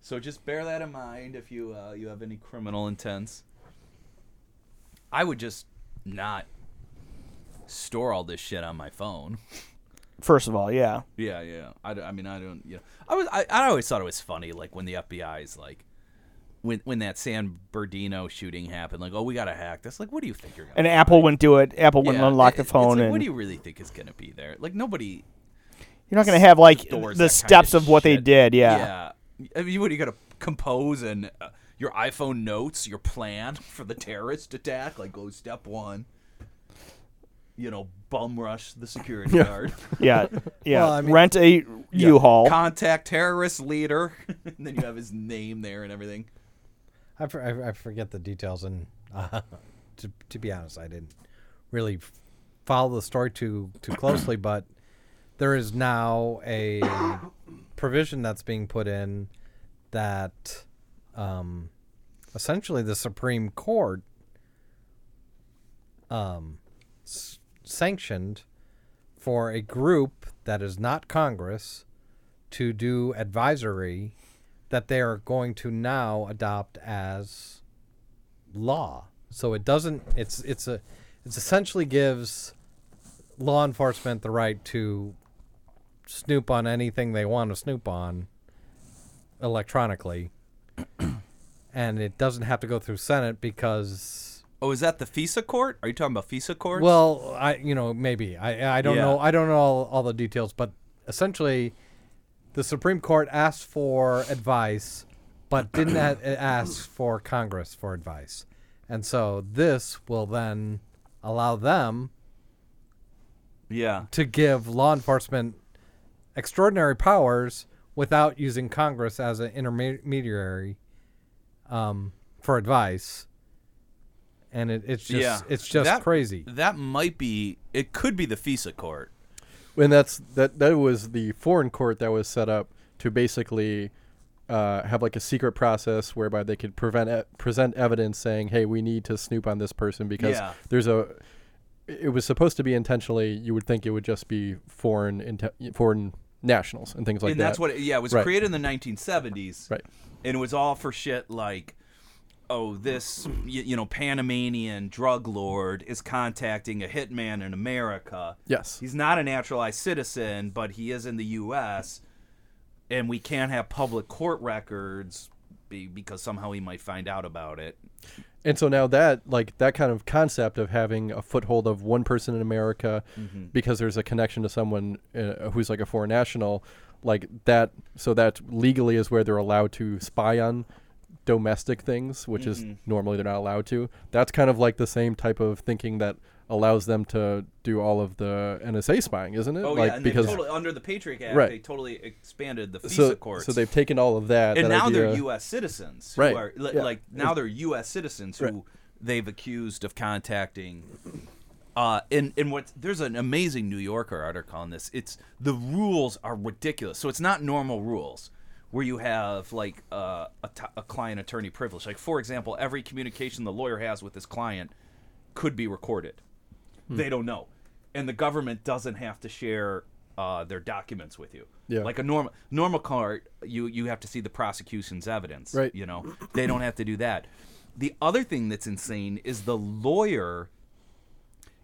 B: So just bear that in mind if you uh, you have any criminal intents. I would just not store all this shit on my phone.
A: First of all, yeah.
B: Yeah, yeah. I, d- I mean, I don't. You know, I was. I, I always thought it was funny, like when the FBI is like, when when that San Bernardino shooting happened, like, oh, we got a hack. That's like, what do you think you're gonna?
A: And Apple wouldn't do it. Apple wouldn't
B: Yeah,
A: unlock
B: it-
A: the
B: it's
A: phone,
B: like,
A: and
B: what do
A: you,
B: you really think is gonna be there? Like nobody.
A: are not going to have like the,
B: adores that kind
A: steps of, what they
B: shit.
A: did. Yeah.
B: Yeah. I mean, what are you gonna compose and uh, your iPhone notes your plan for the terrorist attack? Like, go step one. You know, bum rush the security guard.
A: yeah, yeah,
D: Well, I mean-
A: Rent a U-Haul.
B: Contact terrorist leader. and then you have his name there and everything.
D: I, for, I, I forget the details, and uh, to to be honest, I didn't really f- follow the story too too closely. but there is now a provision that's being put in that um, essentially the Supreme Court um, s- sanctioned for a group that is not Congress to do advisory that they are going to now adopt as law. So it doesn't it's it's a it's essentially gives law enforcement the right to snoop on anything they want to snoop on electronically. and it doesn't have to go through Senate because
B: Oh, is that the FISA court? Are you talking about FISA court?
D: well, I you know maybe I I don't
B: Yeah.
D: know I don't know all, all the details, but essentially, the Supreme Court asked for advice, but didn't a- ask for Congress for advice, and so this will then allow them
B: yeah,
D: to give law enforcement extraordinary powers without using Congress as an intermediary um, for advice, and it, it's just
B: yeah.
D: it's just
B: That-
D: crazy.
B: That might be. It could be the FISA court.
C: And that's that. That was the foreign court that was set up to basically uh, have like a secret process whereby they could prevent e- present evidence saying, "Hey, we need to snoop on this person because
B: Yeah.
C: there's a." It was supposed to be intentionally. You would think it would just be foreign inte- foreign nationals and things like
B: and
C: that.
B: that's what. It, yeah, it was
C: Right.
B: created in the 1970s.
C: Right.
B: And it was all for shit like oh, this you, you know Panamanian drug lord is contacting a hitman in America.
C: Yes.
B: He's not a naturalized citizen, but he is in the U.S., and we can't have public court records be, because somehow he might find out about it.
C: And so now that like that kind of concept of having a foothold of one person in America
B: Mm-hmm.
C: because there's a connection to someone uh, who's like a foreign national, like that. So that legally is where they're allowed to spy on domestic things, which
B: Mm-hmm.
C: is normally they're not allowed to. That's kind of like the same type of thinking that allows them to do all of the NSA spying, isn't it?
B: Oh
C: like
B: yeah, and they
C: because
B: totally under the Patriot Act,
C: Right.
B: they totally expanded the FISA
C: so
B: courts.
C: so they've taken all of that
B: and
C: that
B: now they're
C: idea-
B: U.S. citizens.
C: Right.
B: Who are, li-
C: Yeah.
B: Like now they're U.S. citizens who they've accused of contacting. Uh, and and what there's an amazing New Yorker article on this. It's the rules are ridiculous. So it's not normal rules where you have like uh, a, t- a client attorney privilege. Like for example, every communication the lawyer has with his client could be recorded.
C: Hmm.
B: They don't know, and the government doesn't have to share uh, their documents with you.
C: Yeah.
B: Like a normal normal court, you you have to see the prosecution's evidence.
C: Right.
B: You know, they don't have to do that. The other thing that's insane is the lawyer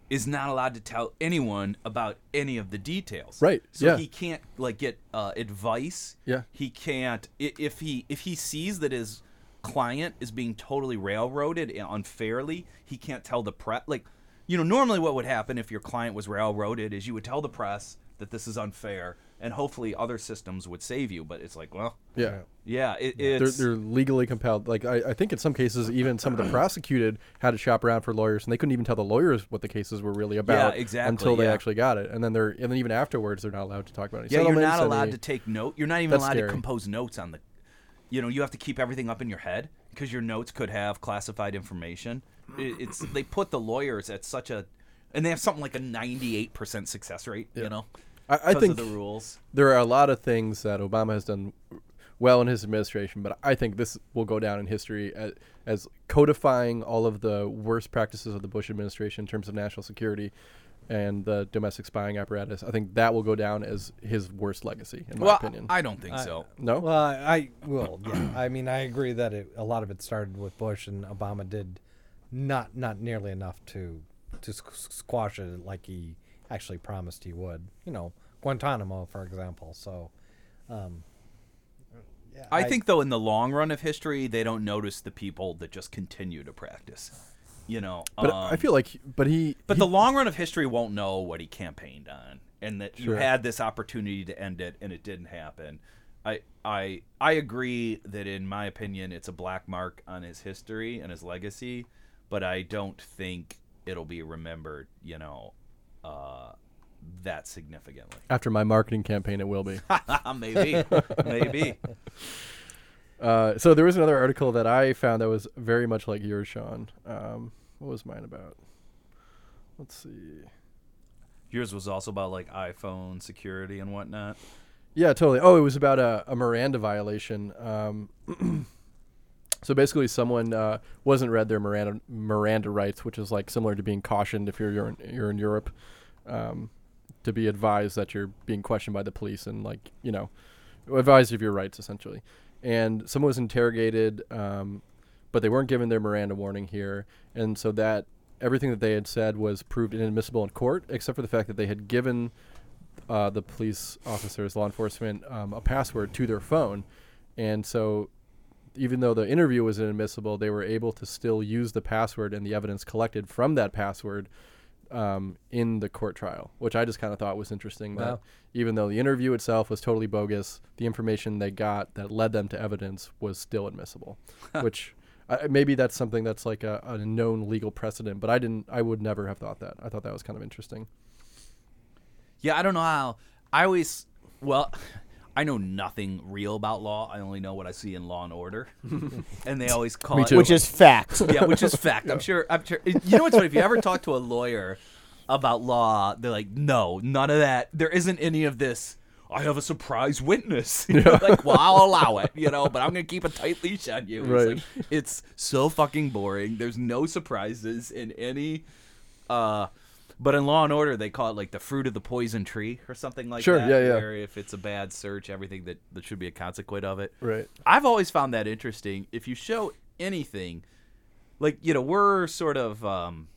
B: is not allowed to tell anyone about any of the details.
C: Right,
B: So
C: yeah.
B: he can't like get uh, advice.
C: Yeah.
B: He can't i- if he if he sees that his client is being totally railroaded and unfairly, he can't tell the press. Like, you know, normally what would happen if your client was railroaded is you would tell the press that this is unfair, and hopefully other systems would save you. But it's like, well,
C: yeah.
B: yeah, it,
C: they're,
B: it's
C: they're legally compelled. Like I, I think in some cases, even some of the prosecuted had to shop around for lawyers, and they couldn't even tell the lawyers what the cases were really about
B: exactly,
C: until they
B: yeah.
C: actually got it. And then they're and then even afterwards, they're not allowed to talk about it.
B: yeah, you're not allowed to take note. You're not even
C: That's
B: allowed
C: scary.
B: to compose notes on the. You know, you have to keep everything up in your head because your notes could have classified information. It, it's they put the lawyers at such a, and they have something like a ninety-eight percent success rate. You know,
C: I- I
B: 'cause
C: think-
B: of the rules.
C: there are a lot of things that Obama has done well in his administration, but I think this will go down in history as, as codifying all of the worst practices of the Bush administration in terms of national security and the domestic spying apparatus. I think that will go down as his worst legacy, in my
B: well,
C: opinion.
B: I don't think so.
C: no,
D: Well, I, I will. Yeah, I mean, I agree that it, a lot of it started with Bush and Obama did not not nearly enough to to squ- squash it like he actually promised he would. You know, Guantanamo, for example. So, um, yeah,
B: I think though, in the long run of history, they don't notice the people that just continue to practice. You know,
C: but
B: um,
C: I feel like, he- but he,
B: But
C: he-
B: the long run of history won't know what he campaigned on, and that you
C: Sure.
B: had this opportunity to end it, and it didn't happen. I I I agree that in my opinion, it's a black mark on his history and his legacy, but I don't think it'll be remembered, you know, uh, that significantly.
C: after my marketing campaign, it will be.
B: maybe, maybe.
C: Uh, so there was another article that I found that was very much like yours, Sean. Um, what was mine about? Let's see.
B: Yours was also about like iPhone security and whatnot.
C: Yeah, totally. Oh, it was about a, a Miranda violation. Um, so basically, someone uh, wasn't read their Miranda Miranda rights, which is like similar to being cautioned if you're you're in, you're in Europe, um, to be advised that you're being questioned by the police and like you know, advised of your rights essentially. And someone was interrogated, um, but they weren't given their Miranda warning here, and so that everything that they had said was proved inadmissible in court, except for the fact that they had given uh, the police officers, law enforcement, um, a password to their phone. And so, even though the interview was inadmissible, they were able to still use the password and the evidence collected from that password um, in the court trial, which I just kind of thought was interesting. That
D: Wow.
C: even though the interview itself was totally bogus, the information they got that led them to evidence was still admissible, which. I maybe that's something that's like a, a known legal precedent, but I didn't. I would never have thought that. I thought that was kind of interesting.
B: Yeah, I don't know how. I always, well, I know nothing real about law. I only know what I see in Law and Order, and they always call it,
C: too.
A: which is fact.
B: yeah, which is fact. I'm sure. I'm sure. You know what's funny? If you ever talk to a lawyer about law, they're like, no, none of that. There isn't any of this. I have a surprise witness. You know, like, well, I'll allow it, you know, but I'm gonna keep a tight leash on you. It's
C: Right.
B: like, it's so fucking boring. There's no surprises in any. Uh, but in Law and Order, they call it like the fruit of the poison tree or something like
C: Sure,
B: that.
C: yeah, yeah.
B: Where if it's a bad search, everything that, that should be a consequence of it.
C: Right.
B: I've always found that interesting. If you show anything, like you know, we're sort of um,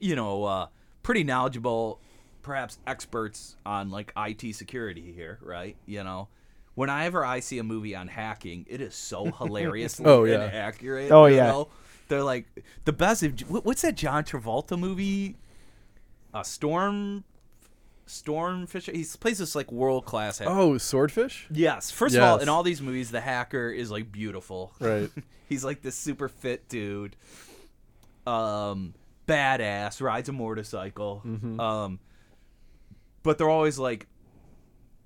B: you know uh, pretty knowledgeable, perhaps experts on like IT security here, right? You know. Whenever I see a movie on hacking, it is so hilariously
C: Oh, yeah.
B: inaccurate.
A: Oh,
B: you
A: yeah.
B: know? They're like the best. Of, what- what's that John Travolta movie? A Uh, storm, storm fisher. He plays this like world class. hacker.
C: Oh, swordfish.
B: Yes. First of all,
C: Yes.
B: in all these movies, the hacker is like beautiful.
C: Right.
B: He's like this super fit dude. Um, badass, rides a motorcycle. Um, but they're always like,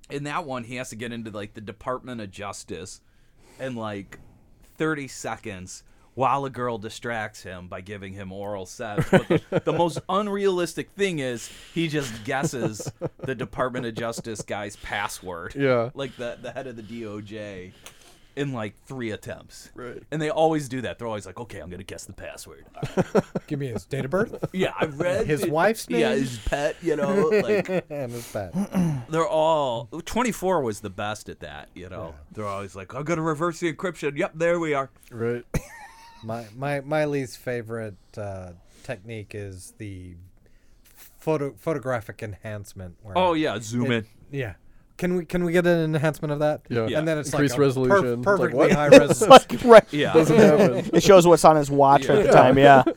B: in that one, he has to get into like the Department of Justice in like 30 seconds while a girl distracts him by giving him oral sex. But the, the most unrealistic thing is he just guesses the Department of Justice guy's password
C: Yeah.
B: like the the head of the DOJ in like three attempts.
C: Right.
B: And they always do that. They're always like, "Okay, I'm gonna guess the password."
D: Give me his date of birth
B: yeah, I read
D: His
B: it.
D: wife's
B: Yeah,
D: name?
B: his pet. You know, like
D: and his pet.
B: they're all 24 was the best at that. You know, they're always like, "I'm gonna reverse the encryption." Yep, there we are.
C: Right.
D: My my my least favorite uh, technique is the photo photographic enhancement. Where
B: Oh yeah, zoom in.
D: yeah. Can we can we get an enhancement of that?
C: Yeah. Yeah.
D: And then it's
C: Increased
D: like a
C: resolution. It's like,
D: perfectly
C: what?
D: high res.
A: It's like right.
B: Yeah.
C: Doesn't happen.
A: It shows what's on his watch at
B: Yeah.
A: the time. Yeah.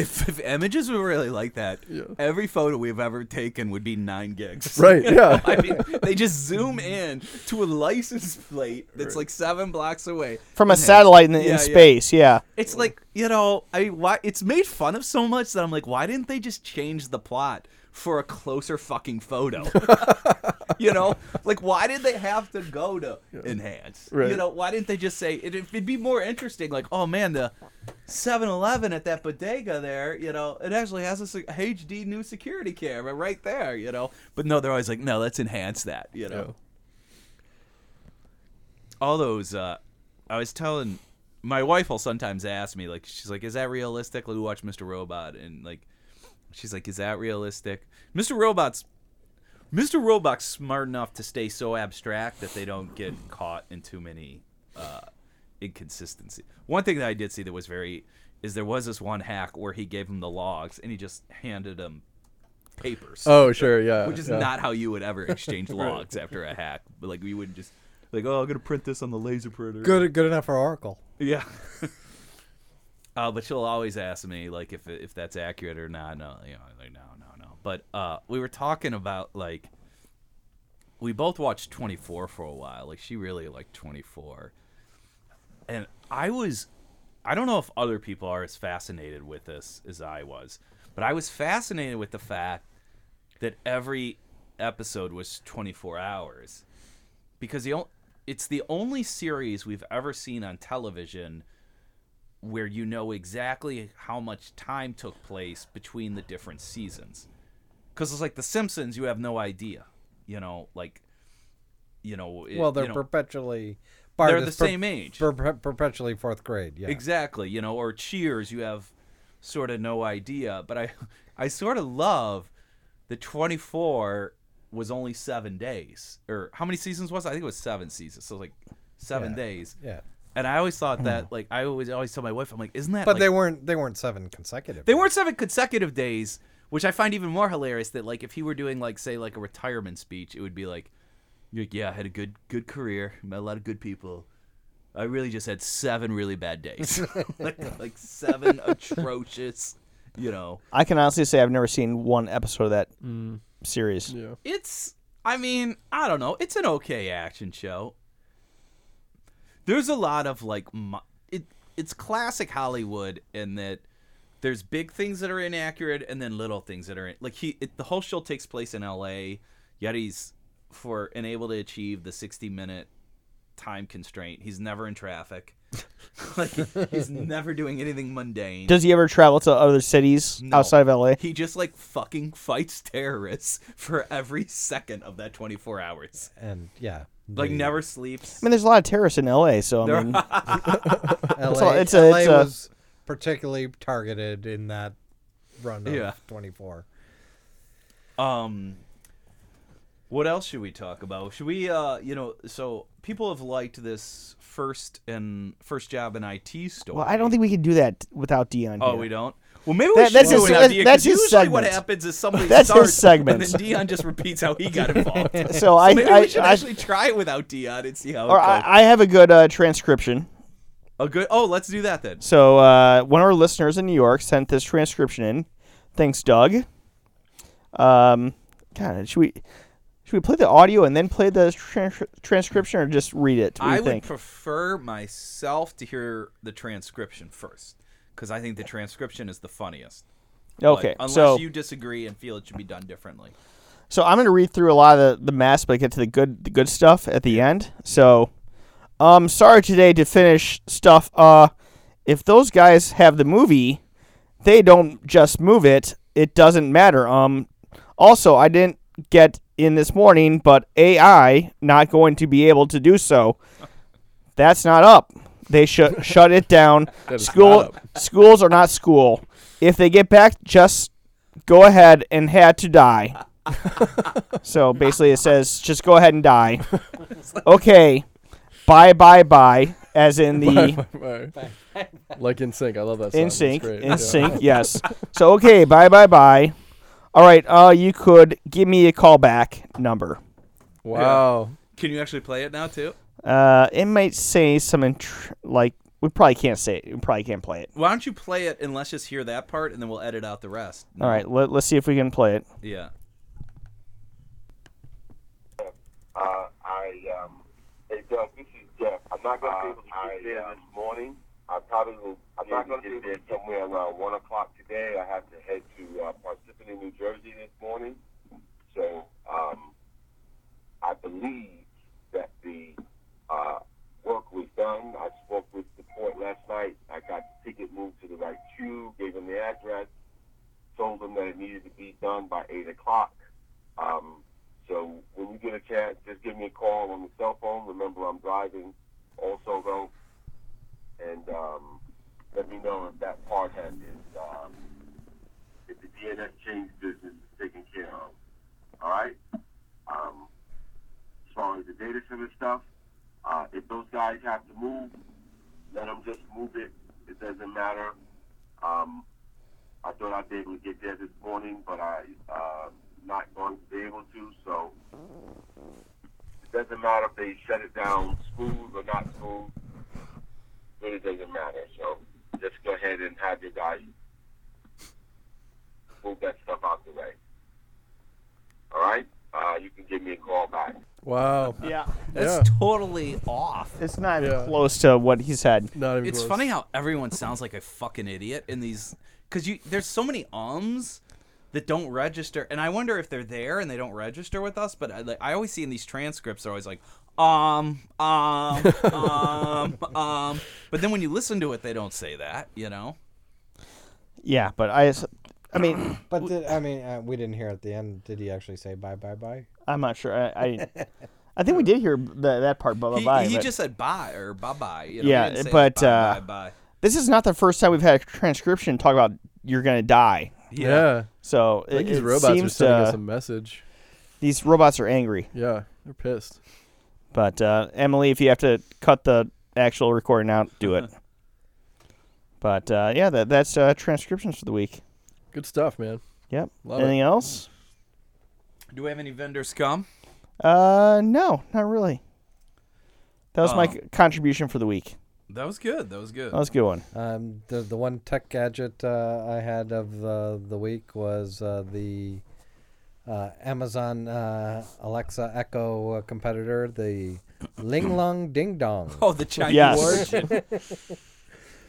B: If, if images were really like that,
C: Yeah.
B: every photo we've ever taken would be nine gigs.
C: Right,
B: You know?
C: yeah.
B: I mean, they just zoom in to a license plate that's like seven blocks away
A: From a
B: and has-
A: satellite in, in
B: Yeah, yeah.
A: space. Yeah.
B: It's like you know, I why it's made fun of so much that I'm like, why didn't they just change the plot for a closer fucking photo? you know, like why did they have to go to enhance? You
C: Right.
B: know, why didn't they just say it, it'd be more interesting? Like, oh man, the 7-Eleven at that bodega there, you know, it actually has a se- HD new security camera right there, you know. But no, they're always like, no, let's enhance that, you know
C: Yeah.
B: all those uh I was telling my wife will sometimes ask me like she's like is that realistic like we watch Mr. Robot and like she's like is that realistic Mr. Robot's Mr. Robot's smart enough to stay so abstract that they don't get caught in too many uh inconsistency. One thing that I did see that was very is there was this one hack where he gave him the logs and he just handed him papers
C: Oh, sure. Yeah.
B: which is
C: yeah.
B: not how you would ever exchange logs after a hack. But like we would just like, oh, I'm gonna print this on the laser printer.
D: Good good enough for Oracle.
B: Yeah. uh, but she'll always ask me like if if that's accurate or not. No, you know, I'm like no, no, no. But uh, we were talking about like we both watched 24 for a while. Like she really liked 24, and I was. I don't know if other people are as fascinated with this as I was, but I was fascinated with the fact that every episode was 24 hours because the o- it's the only series we've ever seen on television where you know exactly how much time took place between the different seasons. Because it's like The Simpsons, you have no idea, you know, like, you know, it-
D: Well, they're
B: you know,
D: perpetually
B: they're
D: Bart
B: the
D: is per-
B: same age.
D: per- per- perpetually fourth grade. Yeah.
B: Exactly, you know, or Cheers, you have sort of no idea. But I, I sort of love the 24 was only seven days, or how many seasons was it? I think it was seven seasons, so like seven
D: Yeah.
B: days.
D: Yeah. Hmm.
B: And I always thought that, like, I always always tell my wife, I'm like, isn't that?
D: But
B: like-
D: they weren't they weren't seven consecutive.
B: they weren't seven consecutive days, which I find even more hilarious. That like, if he were doing like, say, like a retirement speech, it would be like, you're like, yeah, I had a good good career, met a lot of good people. I really just had seven really bad days, like, like seven atrocious. You know,
A: I can honestly say I've never seen one episode of that
B: Mm.
A: series.
C: Yeah.
B: it's. I mean, I don't know. It's an okay action show. there's a lot of like mo- it it's classic Hollywood in that there's big things that are inaccurate and then little things that are in, like he it, the whole show takes place in L.A. Yet he's for unable to achieve the 60 minute time constraint. He's never in traffic. like he's never doing anything mundane.
A: Does he ever travel to other cities
B: No.
A: outside of LA?
B: he just like fucking fights terrorists for every second of that 24 hours.
D: And yeah.
B: Like
D: the
B: never sleeps.
A: I mean, there's a lot of terrorists in LA, so I mean,
D: LA,
A: all- it's a-
D: LA
A: it's a-
D: was particularly targeted in that run of
B: Yeah.
D: 24.
B: Um, What else should we talk about? Should we, uh, you know, so people have liked this first and first job in IT store.
A: Well, I don't think we can do that without Dion.
B: Oh,
A: here.
B: we don't. Well, maybe
A: That-
B: we should
A: that's
B: do
A: his-
B: an
A: that-
B: idea.
A: that's
B: 'cause
A: his
B: usually what
A: segment.
B: happens is somebody
A: That's his
B: starts
A: segment.
B: and then Dion just repeats how he got involved. so
A: So I,
B: maybe
A: I,
B: we should
A: I,
B: actually try it without Dion and see how it
A: or
B: goes.
A: I, I have a good uh, transcription.
B: A good. Oh, let's do that then.
A: So uh, one of our listeners in New York sent this transcription in. Thanks, Doug. Um, God, should we should we play the audio and then play the trans- transcription, or just read it? What do
B: I
A: you
B: would
A: think?
B: prefer myself to hear the transcription first because I think the transcription is the funniest. But
A: okay,
B: unless
A: so
B: you disagree and feel it should be done differently.
A: so I'm gonna read through a lot of the, the mess, but get to the good the good stuff at the end. So, um, sorry today to finish stuff. Uh, if those guys have the movie, they don't just move it. It doesn't matter. Um, also I didn't get in this morning, but AI not going to be able to do so. That's not up. They should shut it down.
C: That is
A: School
C: not
A: schools are not school. If they get back, just go ahead and had to die. so basically, it says just go ahead and die. Okay, bye bye bye. As in the
C: like in sync. I love that. Song.
A: in
C: It's
A: sync
C: great.
A: in
C: Yeah.
A: sync yes so okay bye bye bye all right uh you could give me a callback number
C: Wow.
B: Can you actually play it now too?
A: uh it might say some intr- like we probably can't say it we probably can't play it
B: Why don't you play it and let's just hear that part and then we'll edit out the rest.
A: all right let, let's see if we can play it
B: Yeah.
E: Uh, I, um, hey Doug, this is Jeff. I'm not going to be able to get there this morning. I probably will. I'm not going to be able to get there somewhere around one o'clock today. I have to head to uh, Parsippany, New Jersey this morning. So um, I believe that the uh, work was done. I spoke with support last night. I got the ticket moved to the right queue, gave them the address, told them that it needed to be done by eight o'clock. Um, so when you get a chance, just give me a call on the cell phone. Remember, I'm driving also, though. And um, let me know if that part has is, um, if the DNS change business is taken care of. All right? Um, as far as the data center stuff, uh, if those guys have to move, let them just move it. It doesn't matter. Um, I thought I'd be able to get there this morning, but I uh, not going to be able to. So it doesn't matter if they shut it down smooth or not smooth. Really doesn't matter. So just go ahead and have your guys move that stuff out the way. All right. Uh, you can give me a call back.
C: Wow.
A: yeah
B: That's
C: Yeah.
B: totally off.
A: it's not
C: Yeah.
A: close to what he said
C: Not even
B: It's
C: close.
B: funny how everyone sounds like a fucking idiot in these cuz you there's so many ums that don't register and I wonder if they're there and they don't register with us but I, like, I always see in these transcripts they're always like um um um um but then when you listen to it they don't say that, you know.
A: yeah but i s- i mean
D: But did, I mean, uh, we didn't hear at the end. Did he actually say bye bye bye?
A: i'm not sure i i, I think we did hear th- that part blah blah
B: He,
A: blah
B: he
A: but
B: just said bye or bye bye. You know, he
A: Yeah,
B: didn't say
A: but,
B: bye,
A: uh,
B: bye, bye.
A: this is not the first time we've had a transcription talk about you're gonna die
C: Yeah.
A: so
C: I think
A: it,
C: these
A: it
C: robots are
A: seems
C: sending us
A: to-
C: a message.
A: these robots are angry
C: Yeah. They're pissed.
A: But uh, Emily, if you have to cut the actual recording out, do it. but uh, yeah, that, that's uh, transcriptions for the week.
C: Good stuff, man.
A: Yep.
C: Love it.
A: Anything else?
B: Do we have any vendors come?
A: Uh, no, not really. That was my
B: Oh.
A: c- contribution for the week.
B: That was good. That was good.
A: That was a good one.
D: Um, the the one tech gadget uh, I had of uh, the week was uh, the uh, Amazon uh, Alexa Echo uh, competitor, the Ling Long Ding Dong.
B: oh, the Chinese
A: Yes.
B: origin.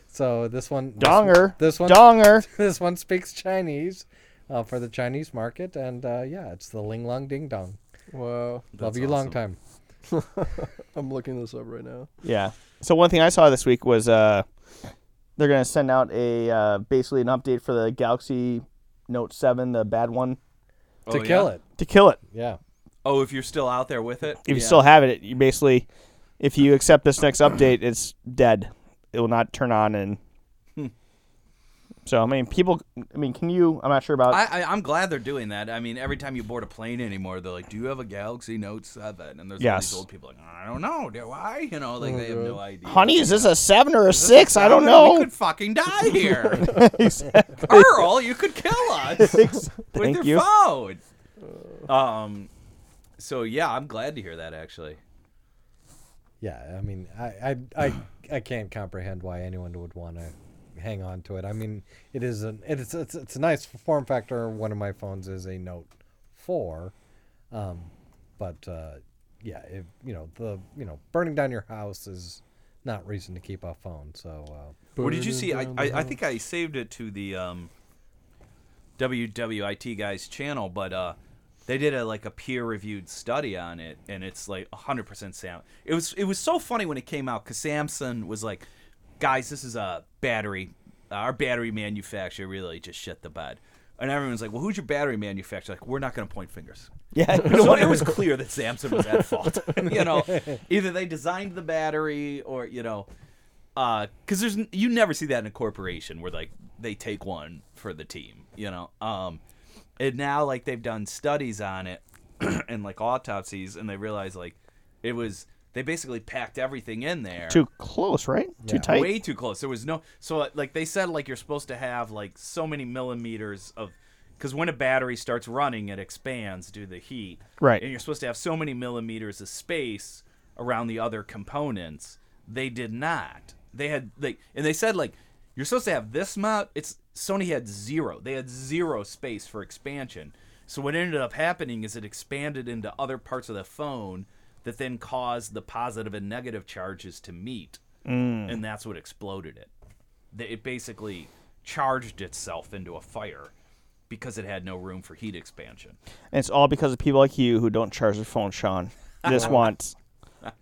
D: So this one, this one-
A: Donger.
D: This one,
A: Donger.
D: this one speaks Chinese uh, for the Chinese market, and uh, yeah, it's the Ling Long Ding Dong.
C: Wow.
D: Love
B: That's
D: you long
B: awesome.
D: time.
C: I'm looking this up right now.
A: Yeah. So one thing I saw this week was uh, they're gonna send out a uh, basically an update for the Galaxy Note Seven, the bad one,
B: Oh,
D: to kill
B: yeah?
D: it,
A: to kill it.
D: yeah.
B: Oh, if you're still out there with it.
A: If you
B: Yeah.
A: still have it, you basically, if you
B: Hmm.
A: accept this next update, it's dead. It will not turn on, and So I mean, people. I mean, can you? I'm not sure about.
B: I, I I'm glad they're doing that. I mean, every time you board a plane anymore, they're like, "Do you have a Galaxy Note 7? And there's all
A: Yes.
B: these old people like, "I don't know, do I?" You know, like
D: Mm-hmm.
B: they have no idea.
A: Honey, is this a seven or a
B: This is
A: six? I don't
B: seven, We
A: know.
B: could fucking die here,
A: Exactly.
B: Earl. You could kill us with
A: Thank
B: your
A: you.
B: phone. Um, so yeah, I'm glad to hear that actually.
D: Yeah, I mean, I, I, I, I can't comprehend why anyone would want to hang on to it. I mean, it is an it's it's it's a nice form factor. One of my phones is a Note Four, um, but uh, yeah, it, you know the you know burning down your house is not reason to keep a phone. So uh,
B: What did you see? I,
C: Burning down
B: I,
C: the
B: I think I saved it to the um, WWIT guys channel, but uh, they did a like a peer reviewed study on it, and it's like 100% Sam. It was it was so funny when it came out because Samson was like, "Guys, this is a battery. Our battery manufacturer really just shit the bed." And everyone's like, "Well, who's your battery manufacturer?" Like, we're not going to point fingers.
A: Yeah.
B: So it was clear that Samson was at fault. you know, either they designed the battery or you know, because there's n- you never see that in a corporation where like they take one for the team. You know, um, and now like they've done studies on it and like autopsies, and they realize like it was they basically packed everything in there
A: Too close, right? Too
D: Yeah.
A: tight.
B: way too close. There was no so uh, like they said like you're supposed to have like so many millimeters of because when a battery starts running, it expands due to the heat.
A: Right.
B: And you're supposed to have so many millimeters of space around the other components. They did not. They had like and they said like you're supposed to have this amount. It's Sony had zero. They had zero space for expansion. So what ended up happening is it expanded into other parts of the phone that then caused the positive and negative charges to meet and that's what exploded it. Th- It basically charged itself into a fire because it had no room for heat expansion.
A: And it's all because of people like you who don't charge their phone, Sean. They just want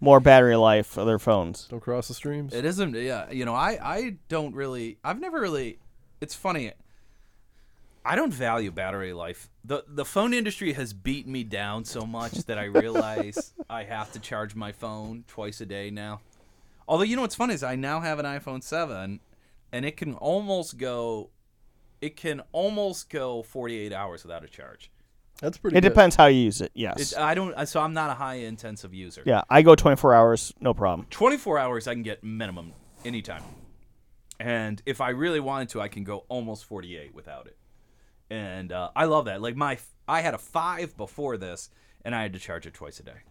A: more battery life for their phones.
C: Don't cross the streams.
B: It isn't, yeah. You know, I I don't really. I've never really. It's funny. I don't value battery life. the The phone industry has beaten me down so much that I realize I have to charge my phone twice a day now. Although you know what's funny is I now have an iPhone seven, and it can almost go. It can almost go 48 hours without a charge.
C: That's pretty.
A: It
C: good.
A: depends how you use it. Yes.
B: It, uh, I don't. So I'm not a high intensive user.
A: yeah, I go 24 hours, no problem.
B: 24 hours I can get minimum anytime. And if I really wanted to, I can go almost 48 without it. And uh, I love that. Like my, I had a five before this, and I had to charge it twice a day.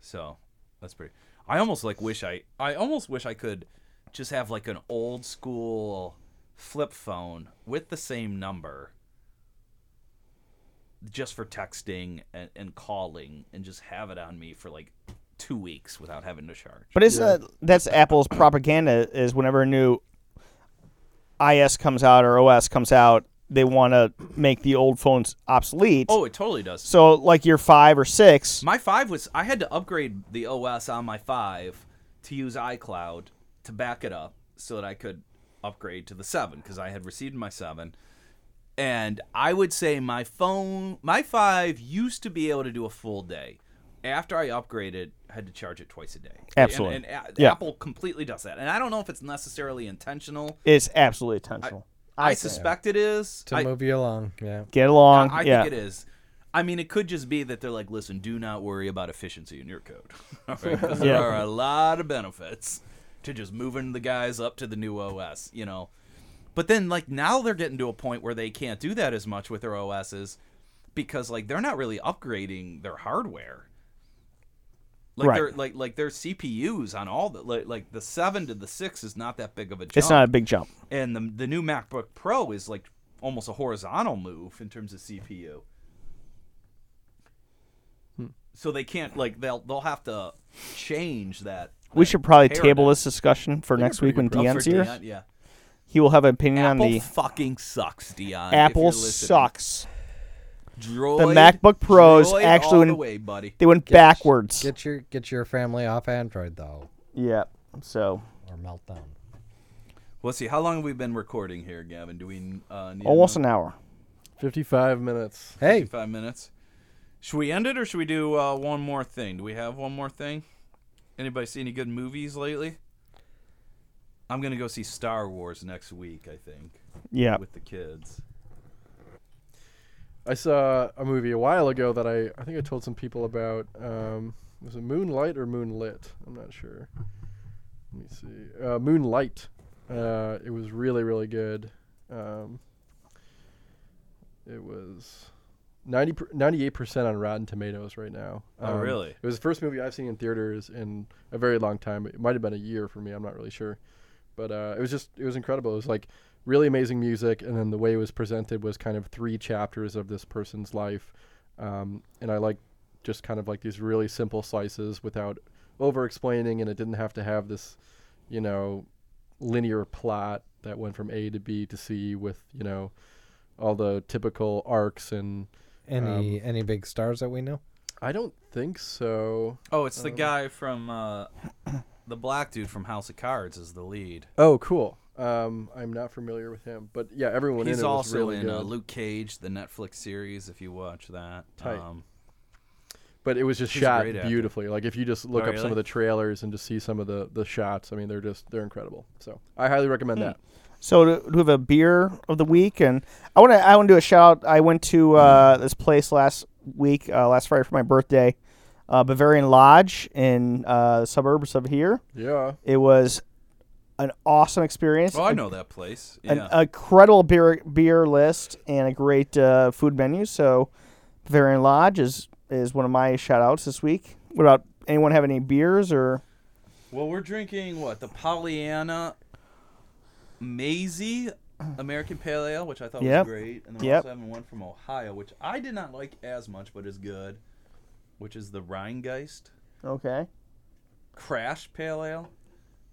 B: So that's pretty. I almost like wish I, I almost wish I could just have like an old school flip phone with the same number just for texting and, and calling and just have it on me for like two weeks without having to charge.
A: But isn't that, that's Apple's propaganda is whenever a new IS comes out or OS comes out, they want to make the old phones obsolete.
B: Oh, it totally does.
A: So like your 5 or 6,
B: My five was I had to upgrade the OS on my five to use iCloud to back it up so that I could upgrade to the seven because I had received my seven. And I would say my phone, my five used to be able to do a full day. After I upgraded, I had to charge it twice a day.
A: Absolutely.
B: And, and a-
A: Yeah.
B: Apple completely does that. And I don't know if it's necessarily intentional.
A: it's absolutely intentional.
B: I, suspect it is.
D: to
B: I-
D: move you along, yeah.
A: Get along.
B: I
A: yeah.
B: think it is. I mean, it could just be that they're like, listen, do not worry about efficiency in your code. All right, 'cause There
A: Yeah.
B: are a lot of benefits to just moving the guys up to the new OS, you know. But then, like, now they're getting to a point where they can't do that as much with their OSs because, like, they're not really upgrading their hardware. Like,
A: Right.
B: their like, like their CPUs on all the like, like the seven to the six is not that big of a jump
A: It's not a big jump.
B: and the the new MacBook Pro is like almost a horizontal move in terms of CPU.
A: Hmm.
B: So they can't like they'll they'll have to change that.
A: We should probably
B: Paradigm.
A: table this discussion for next week when
B: Oh, for
A: Dion's here.
B: Dion, yeah.
A: He will have an opinion
B: Apple
A: on the
B: fucking sucks, Dion. if
A: Apple
B: you're listening.
A: sucks.
B: Droid,
A: MacBook Pros
B: droid
A: actually
B: all
A: went-
B: the way, buddy.
A: They went backwards.
D: Get your get your family off Android though,
A: yeah. So
D: or meltdown.
B: Let's see. How long have we been recording here, Gavin? Do we uh, need
A: almost
B: another
A: an hour.
C: Fifty-five minutes.
D: Hey,
B: 55 minutes? Should we end it or should we do uh, one more thing? Do we have one more thing? Anybody see any good movies lately? I'm gonna go see Star Wars next week. I think
A: Yeah.
B: with the kids.
C: I saw a movie a while ago that I, I think I told some people about. Um, was it Moonlight or Moonlit? I'm not sure. Let me see. Uh, Moonlight. Uh, it was really, really good. Um, it was 90 per, 98% on Rotten Tomatoes right now.
B: Oh,
C: Um,
B: really?
C: It was the first movie I've seen in theaters in a very long time. It might have been a year for me. I'm not really sure. But uh, it was just, it was incredible. It was like really amazing music. And then the way it was presented was kind of three chapters of this person's life. Um, and I like just kind of like these really simple slices without over explaining. And it didn't have to have this, you know, linear plot that went from A to B to C with, you know, all the typical arcs and
D: Any
B: um,
D: any big stars that we know?
C: I don't think so.
B: Oh, it's the guy from uh, the black dude from House of Cards is the lead.
C: Oh, cool. Um, I'm not familiar with him, but yeah, everyone
B: He's
C: in it was
B: also
C: really
B: in
C: good.
B: uh, Luke Cage, the Netflix series. If you watch that,
C: Tight.
B: Um,
C: but it was just
B: he's a
C: shot
B: great actor.
C: beautifully. Like if you just look
B: Oh,
C: up some
B: really?
C: of the trailers and just see some of the the shots, I mean, they're just they're incredible. So I highly recommend that.
A: So to, to have a beer of the week, and I want to I want to do a shout out. I went to uh, this place last week, uh, last Friday for my birthday, uh, Bavarian Lodge in uh, the suburbs of here.
C: Yeah.
A: It was an awesome experience.
B: oh, I
A: a-
B: know that place. Yeah.
A: An incredible beer beer list and a great uh, food menu. So Bavarian Lodge is is one of my shout outs this week. What about anyone have any beers or?
B: well, we're drinking what the Pollyanna Maisie American Pale Ale, which I thought
A: Yep.
B: was great, and then we're
A: Yep.
B: also having one from Ohio, which I did not like as much, but is good, which is the Rheingeist
A: Okay.
B: Crash Pale Ale.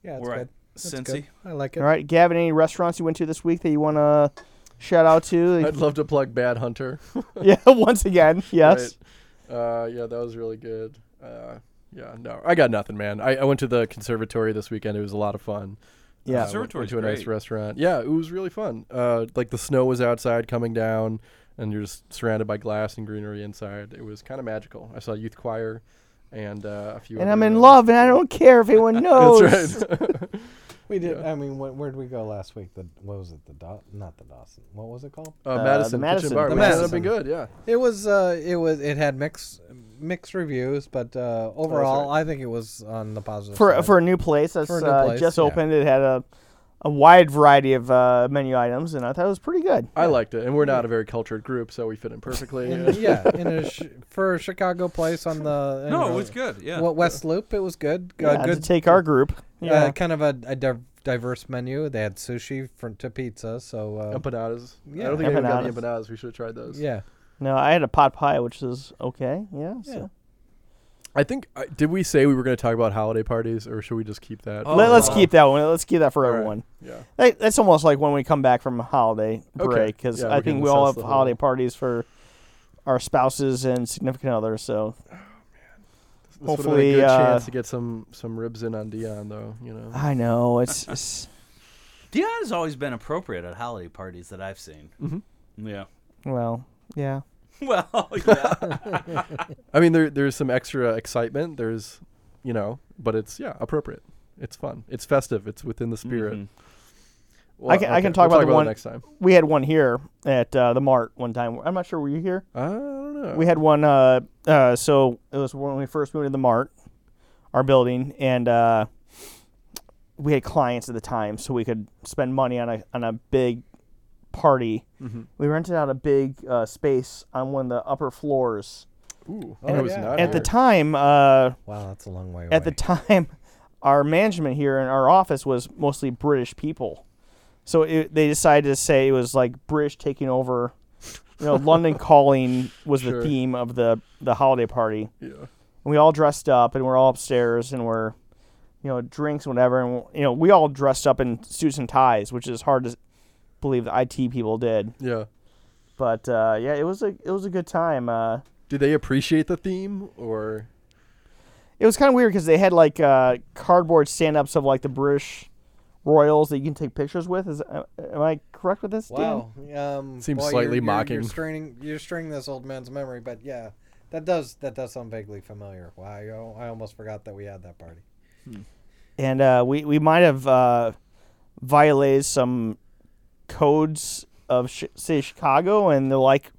D: Yeah, it's
B: We're
D: good.
B: at
D: That's
B: Cincy.
D: good. I like it.
A: All right, Gavin. Any restaurants you went to this week that you want to shout out to?
C: I'd love to plug Bad Hunter.
A: yeah, once again, yes.
C: Right. Uh, yeah, that was really good. Uh, yeah, no, I got nothing, man. I, I went to the conservatory this weekend. It was a lot of fun.
A: Yeah.
C: uh, went- went
B: Conservatory's
C: to a nice
B: great.
C: restaurant. Yeah, it was really fun. Uh, like the snow was outside coming down, and you're just surrounded by glass and greenery inside. It was kind of magical. I saw youth choir, and uh, a few.
A: And
C: other,
A: I'm in
C: uh,
A: love, and I don't care if anyone knows.
C: That's right.
D: We did. I mean, where, where'd we go last week? The what was it? The Daw- not the Dawson. What was it called?
C: uh, Madison,
A: Madison.
C: Kitchen Bar.
A: The
C: which ended up
D: Madison.
C: being good. Yeah.
D: It was. Uh, it was. It had mixed mixed reviews, but uh, overall, I think it was on the positive
A: for
D: side.
A: for a new place that's
D: For a new
A: uh,
D: place,
A: just
D: yeah.
A: opened, it had a a wide variety of uh, menu items, and I thought it was pretty good.
C: I liked it, and we're not a very cultured group, so we fit in perfectly.
D: In- yeah, in a sh- for a Chicago place on the you
B: No,
D: know,
B: it was good. Yeah.
D: What West Loop? It was good. Uh,
A: Yeah, to
D: good.
A: take our group.
D: uh,
A: Yeah,
D: kind of a, a div- diverse menu. They had sushi from to pizza. So uh,
C: Empanadas. I
D: Yeah.
C: don't think anyone got any
A: Empanadas.
C: empanadas. We should have tried those.
D: yeah,
A: no, I had a pot pie, which is okay. Yeah,
D: Yeah.
A: so.
C: I think I- did we say we were going to talk about holiday parties, or should we just keep that?
B: Oh,
A: Let, us
B: wow.
A: keep that one. Let's keep that for
C: All right.
A: everyone.
C: Yeah.
A: That, that's almost like when we come back from a holiday
C: Okay.
A: break, because
C: Yeah,
A: I
C: we
A: think
C: can
A: we all have
C: assess the whole-
A: holiday parties for our spouses and significant others. So
C: This would've been
A: Hopefully,
C: a good
A: uh,
C: chance to get some some ribs in on Dion, though. You know.
A: I know it's, it's
B: Dion has always been appropriate at holiday parties that I've seen. Mm-hmm. Yeah.
A: well, yeah.
B: Well, yeah.
C: I mean, there there's some extra excitement. There's, you know, but it's yeah appropriate. It's fun. It's festive. It's within the spirit.
B: Mhm.
C: Well,
A: I can- I can talk
C: we'll
A: about the one-
C: next time.
A: we had one here at uh, the Mart one time. I'm not sure were you here.
C: I don't know.
A: We had one. Uh, uh, so it was when we first moved to the Mart, our building, and uh, we had clients at the time, so we could spend money on a on a big party. We rented out a big uh, space on one of the upper floors.
C: Ooh,
D: Oh,
C: I was
D: yeah.
C: not
A: At the
C: here.
A: time, uh,
D: wow, that's a long way.
A: at the
D: away.
A: time, our management here in our office was mostly British people. So it, they decided to say it was like British taking over. You know, London calling was
C: Sure.
A: the theme of the the holiday party. And
C: Yeah.
A: we all dressed up, and we're all upstairs, and we're, you know, drinks, and whatever. And you know, we all dressed up in suits and ties, which is hard to believe the IT people did.
C: Yeah.
A: But uh, yeah, it was a it was a good time. Uh,
C: Do they appreciate the theme or?
A: It was kind of weird because they had like uh, cardboard stand-ups of like the British royals that you can take pictures with. Is uh, am I correct with this? Dan?
D: wow, um,
C: Seems
D: boy,
C: slightly
D: you're, you're-
C: mocking.
D: You're stringing, you're stringing this old man's memory, but yeah, that does that does sound vaguely familiar. Wow, I, al- I almost forgot that we had that party.
A: And uh, we we might have uh, violated some codes of sh- city of Chicago, and they're like,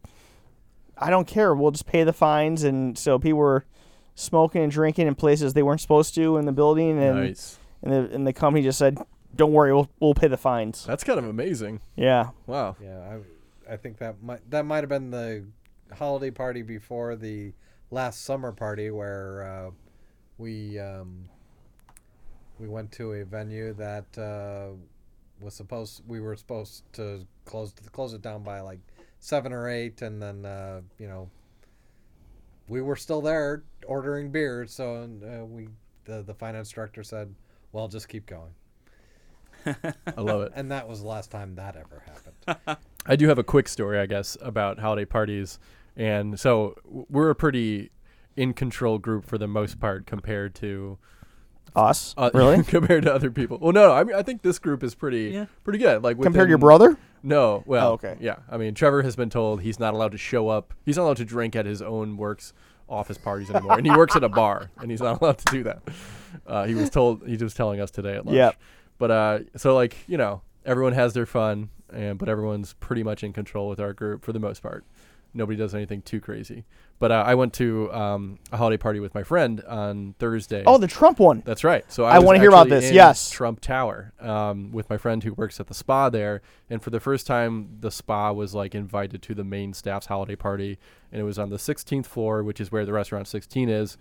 A: I don't care. We'll just pay the fines. And so people were smoking and drinking in places they weren't supposed to in the building, and
C: nice.
A: and, the, and the company just said, "Don't worry, we'll we'll pay the fines."
C: That's kind of amazing.
A: Yeah,
C: Wow.
D: Yeah, I, I think that might that might have been the holiday party before the last summer party where uh, we um, we went to a venue that uh, was supposed we were supposed to close close it down by like seven or eight, and then uh, you know we were still there ordering beers, so and, uh, we the the finance director said, "Well, just keep going,"
C: I love it.
D: and that was the last time that ever happened.
C: I do have a quick story, I guess, about holiday parties. And so w- we're a pretty in control group for the most part compared to
A: us
C: uh,
A: really
C: compared to other people. Well, no, I mean I think this group is pretty
B: Yeah.
C: pretty good. Like
A: compared to your
C: within-
A: brother.
C: No, well,
A: Oh, okay.
C: yeah. I mean, Trevor has been told he's not allowed to show up. He's not allowed to drink at his own work's office parties anymore, and he works at a bar, and he's not allowed to do that. Uh, he was told. He was telling us today at lunch.
A: Yep.
C: But uh, so like you know, everyone has their fun, and but everyone's pretty much in control with our group for the most part. Nobody does anything too crazy. But uh, I went to um, a holiday party with my friend on Thursday.
A: Oh, the Trump one.
C: That's right. So
A: I
C: was
A: wanna hear about
C: actually
A: this,
C: in
A: yes.
C: Trump Tower um, with my friend who works at the spa there, and for the first time, the spa was like invited to the main staff's holiday party, and it was on the 16th floor, which is where the restaurant 16 is,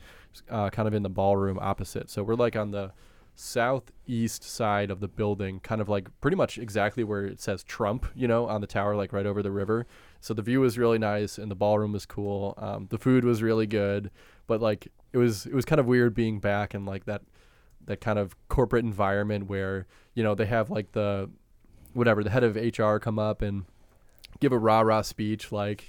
C: uh, kind of in the ballroom opposite. So we're like on the southeast side of the building, kind of like pretty much exactly where it says Trump, you know, on the tower, like right over the river. So the view was really nice, and the ballroom was cool. Um, the food was really good, but like it was it was kind of weird being back and like that that kind of corporate environment where you know they have like the whatever the head of HR come up and give a rah rah speech like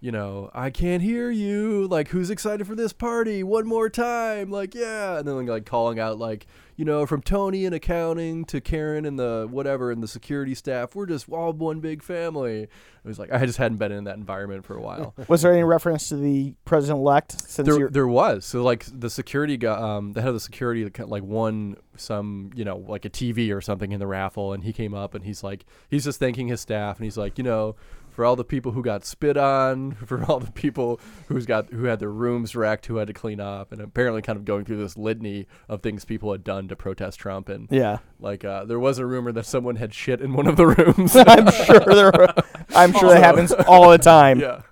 C: you know I can't hear you like who's excited for this party one more time like yeah and then like calling out like you know from Tony in accounting to Karen and the whatever and the security staff we're just all one big family it was like I just hadn't been in that environment for a while
A: Was there any reference to the president elect? Since
C: there,
A: you're,
C: there was so like the security guy um the head of the security like, like won some you know like a tv or something in the raffle and he came up and he's like he's just thanking his staff and he's like you know for all the people who got spit on for all the people who's got who had their rooms wrecked who had to clean up and apparently kind of going through this litany of things people had done to protest trump and
A: yeah,
C: like uh, there was a rumor that someone had shit in one of the rooms
A: I'm sure there. I'm sure that happens all the time.
C: yeah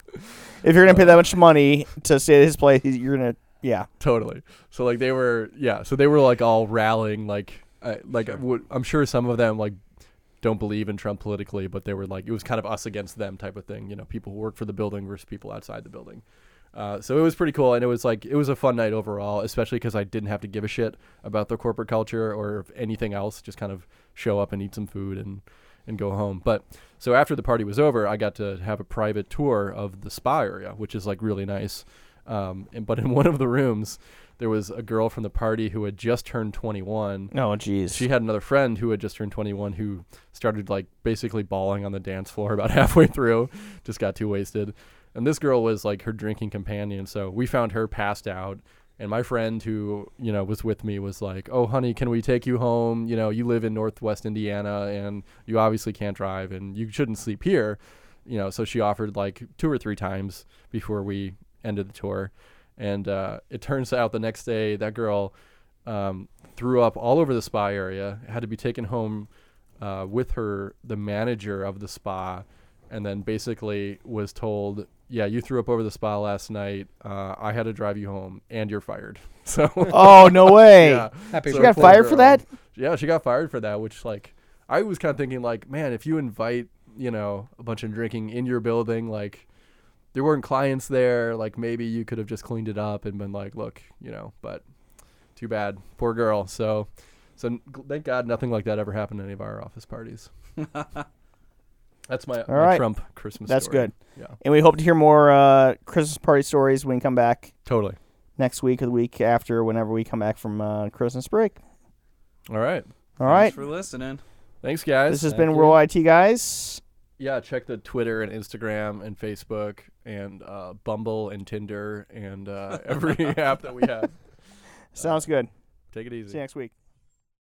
A: If you're gonna pay that much money to stay at his place, you're gonna yeah.
C: totally. So like they were, yeah. So they were like all rallying, like I like would, I'm sure some of them like don't believe in Trump politically, but they were like it was kind of us against them type of thing. You know, people who work for the building versus people outside the building. Uh, so it was pretty cool, and it was like it was a fun night overall, especially because I didn't have to give a shit about the corporate culture or anything else. Just kind of show up and eat some food and and go home. But so after the party was over, I got to have a private tour of the spa area, which is like really nice. Um, and but in one of the rooms, there was a girl from the party who had just turned 21
A: Oh, jeez.
C: she had another friend who had just turned 21 who started like basically bawling on the dance floor about halfway through just got too wasted and this girl was like her drinking companion so we found her passed out and my friend who you know was with me was like oh honey can we take you home you know you live in northwest indiana and you obviously can't drive and you shouldn't sleep here you know so she offered like two or three times before we ended the tour and uh, it turns out the next day that girl um, threw up all over the spa area. Had to be taken home uh, with her, the manager of the spa, and then basically was told, "Yeah, you threw up over the spa last night. Uh, I had to drive you home, and you're fired." So
A: oh no way.
C: yeah.
D: Happy
A: She got
D: for-
C: poor
A: fired for
C: girl.
A: that?
C: Yeah, she got fired for that. Which like, I was kind of thinking like, man, if you invite you know a bunch of drinking in your building, like. There weren't clients there. Like maybe you could have just cleaned it up and been like, look, you know. But too bad, poor girl. So, so n- gl- thank God nothing like that ever happened at any of our office parties. That's my, my
A: right.
C: Trump Christmas.
A: That's
C: story.
A: good.
C: Yeah,
A: And we hope to hear more uh, Christmas party stories when we come back
C: totally.
A: next week or the week after, whenever we come back from uh, Christmas break.
C: All right.
A: All right.
B: Thanks for listening.
C: Thanks, guys.
A: This has
C: Thank
A: been
C: you.
A: World IT Guys.
C: Yeah, check the Twitter and Instagram and Facebook and uh, Bumble and Tinder and uh, every app that we have.
A: Sounds good.
C: Take it easy.
A: See you next week.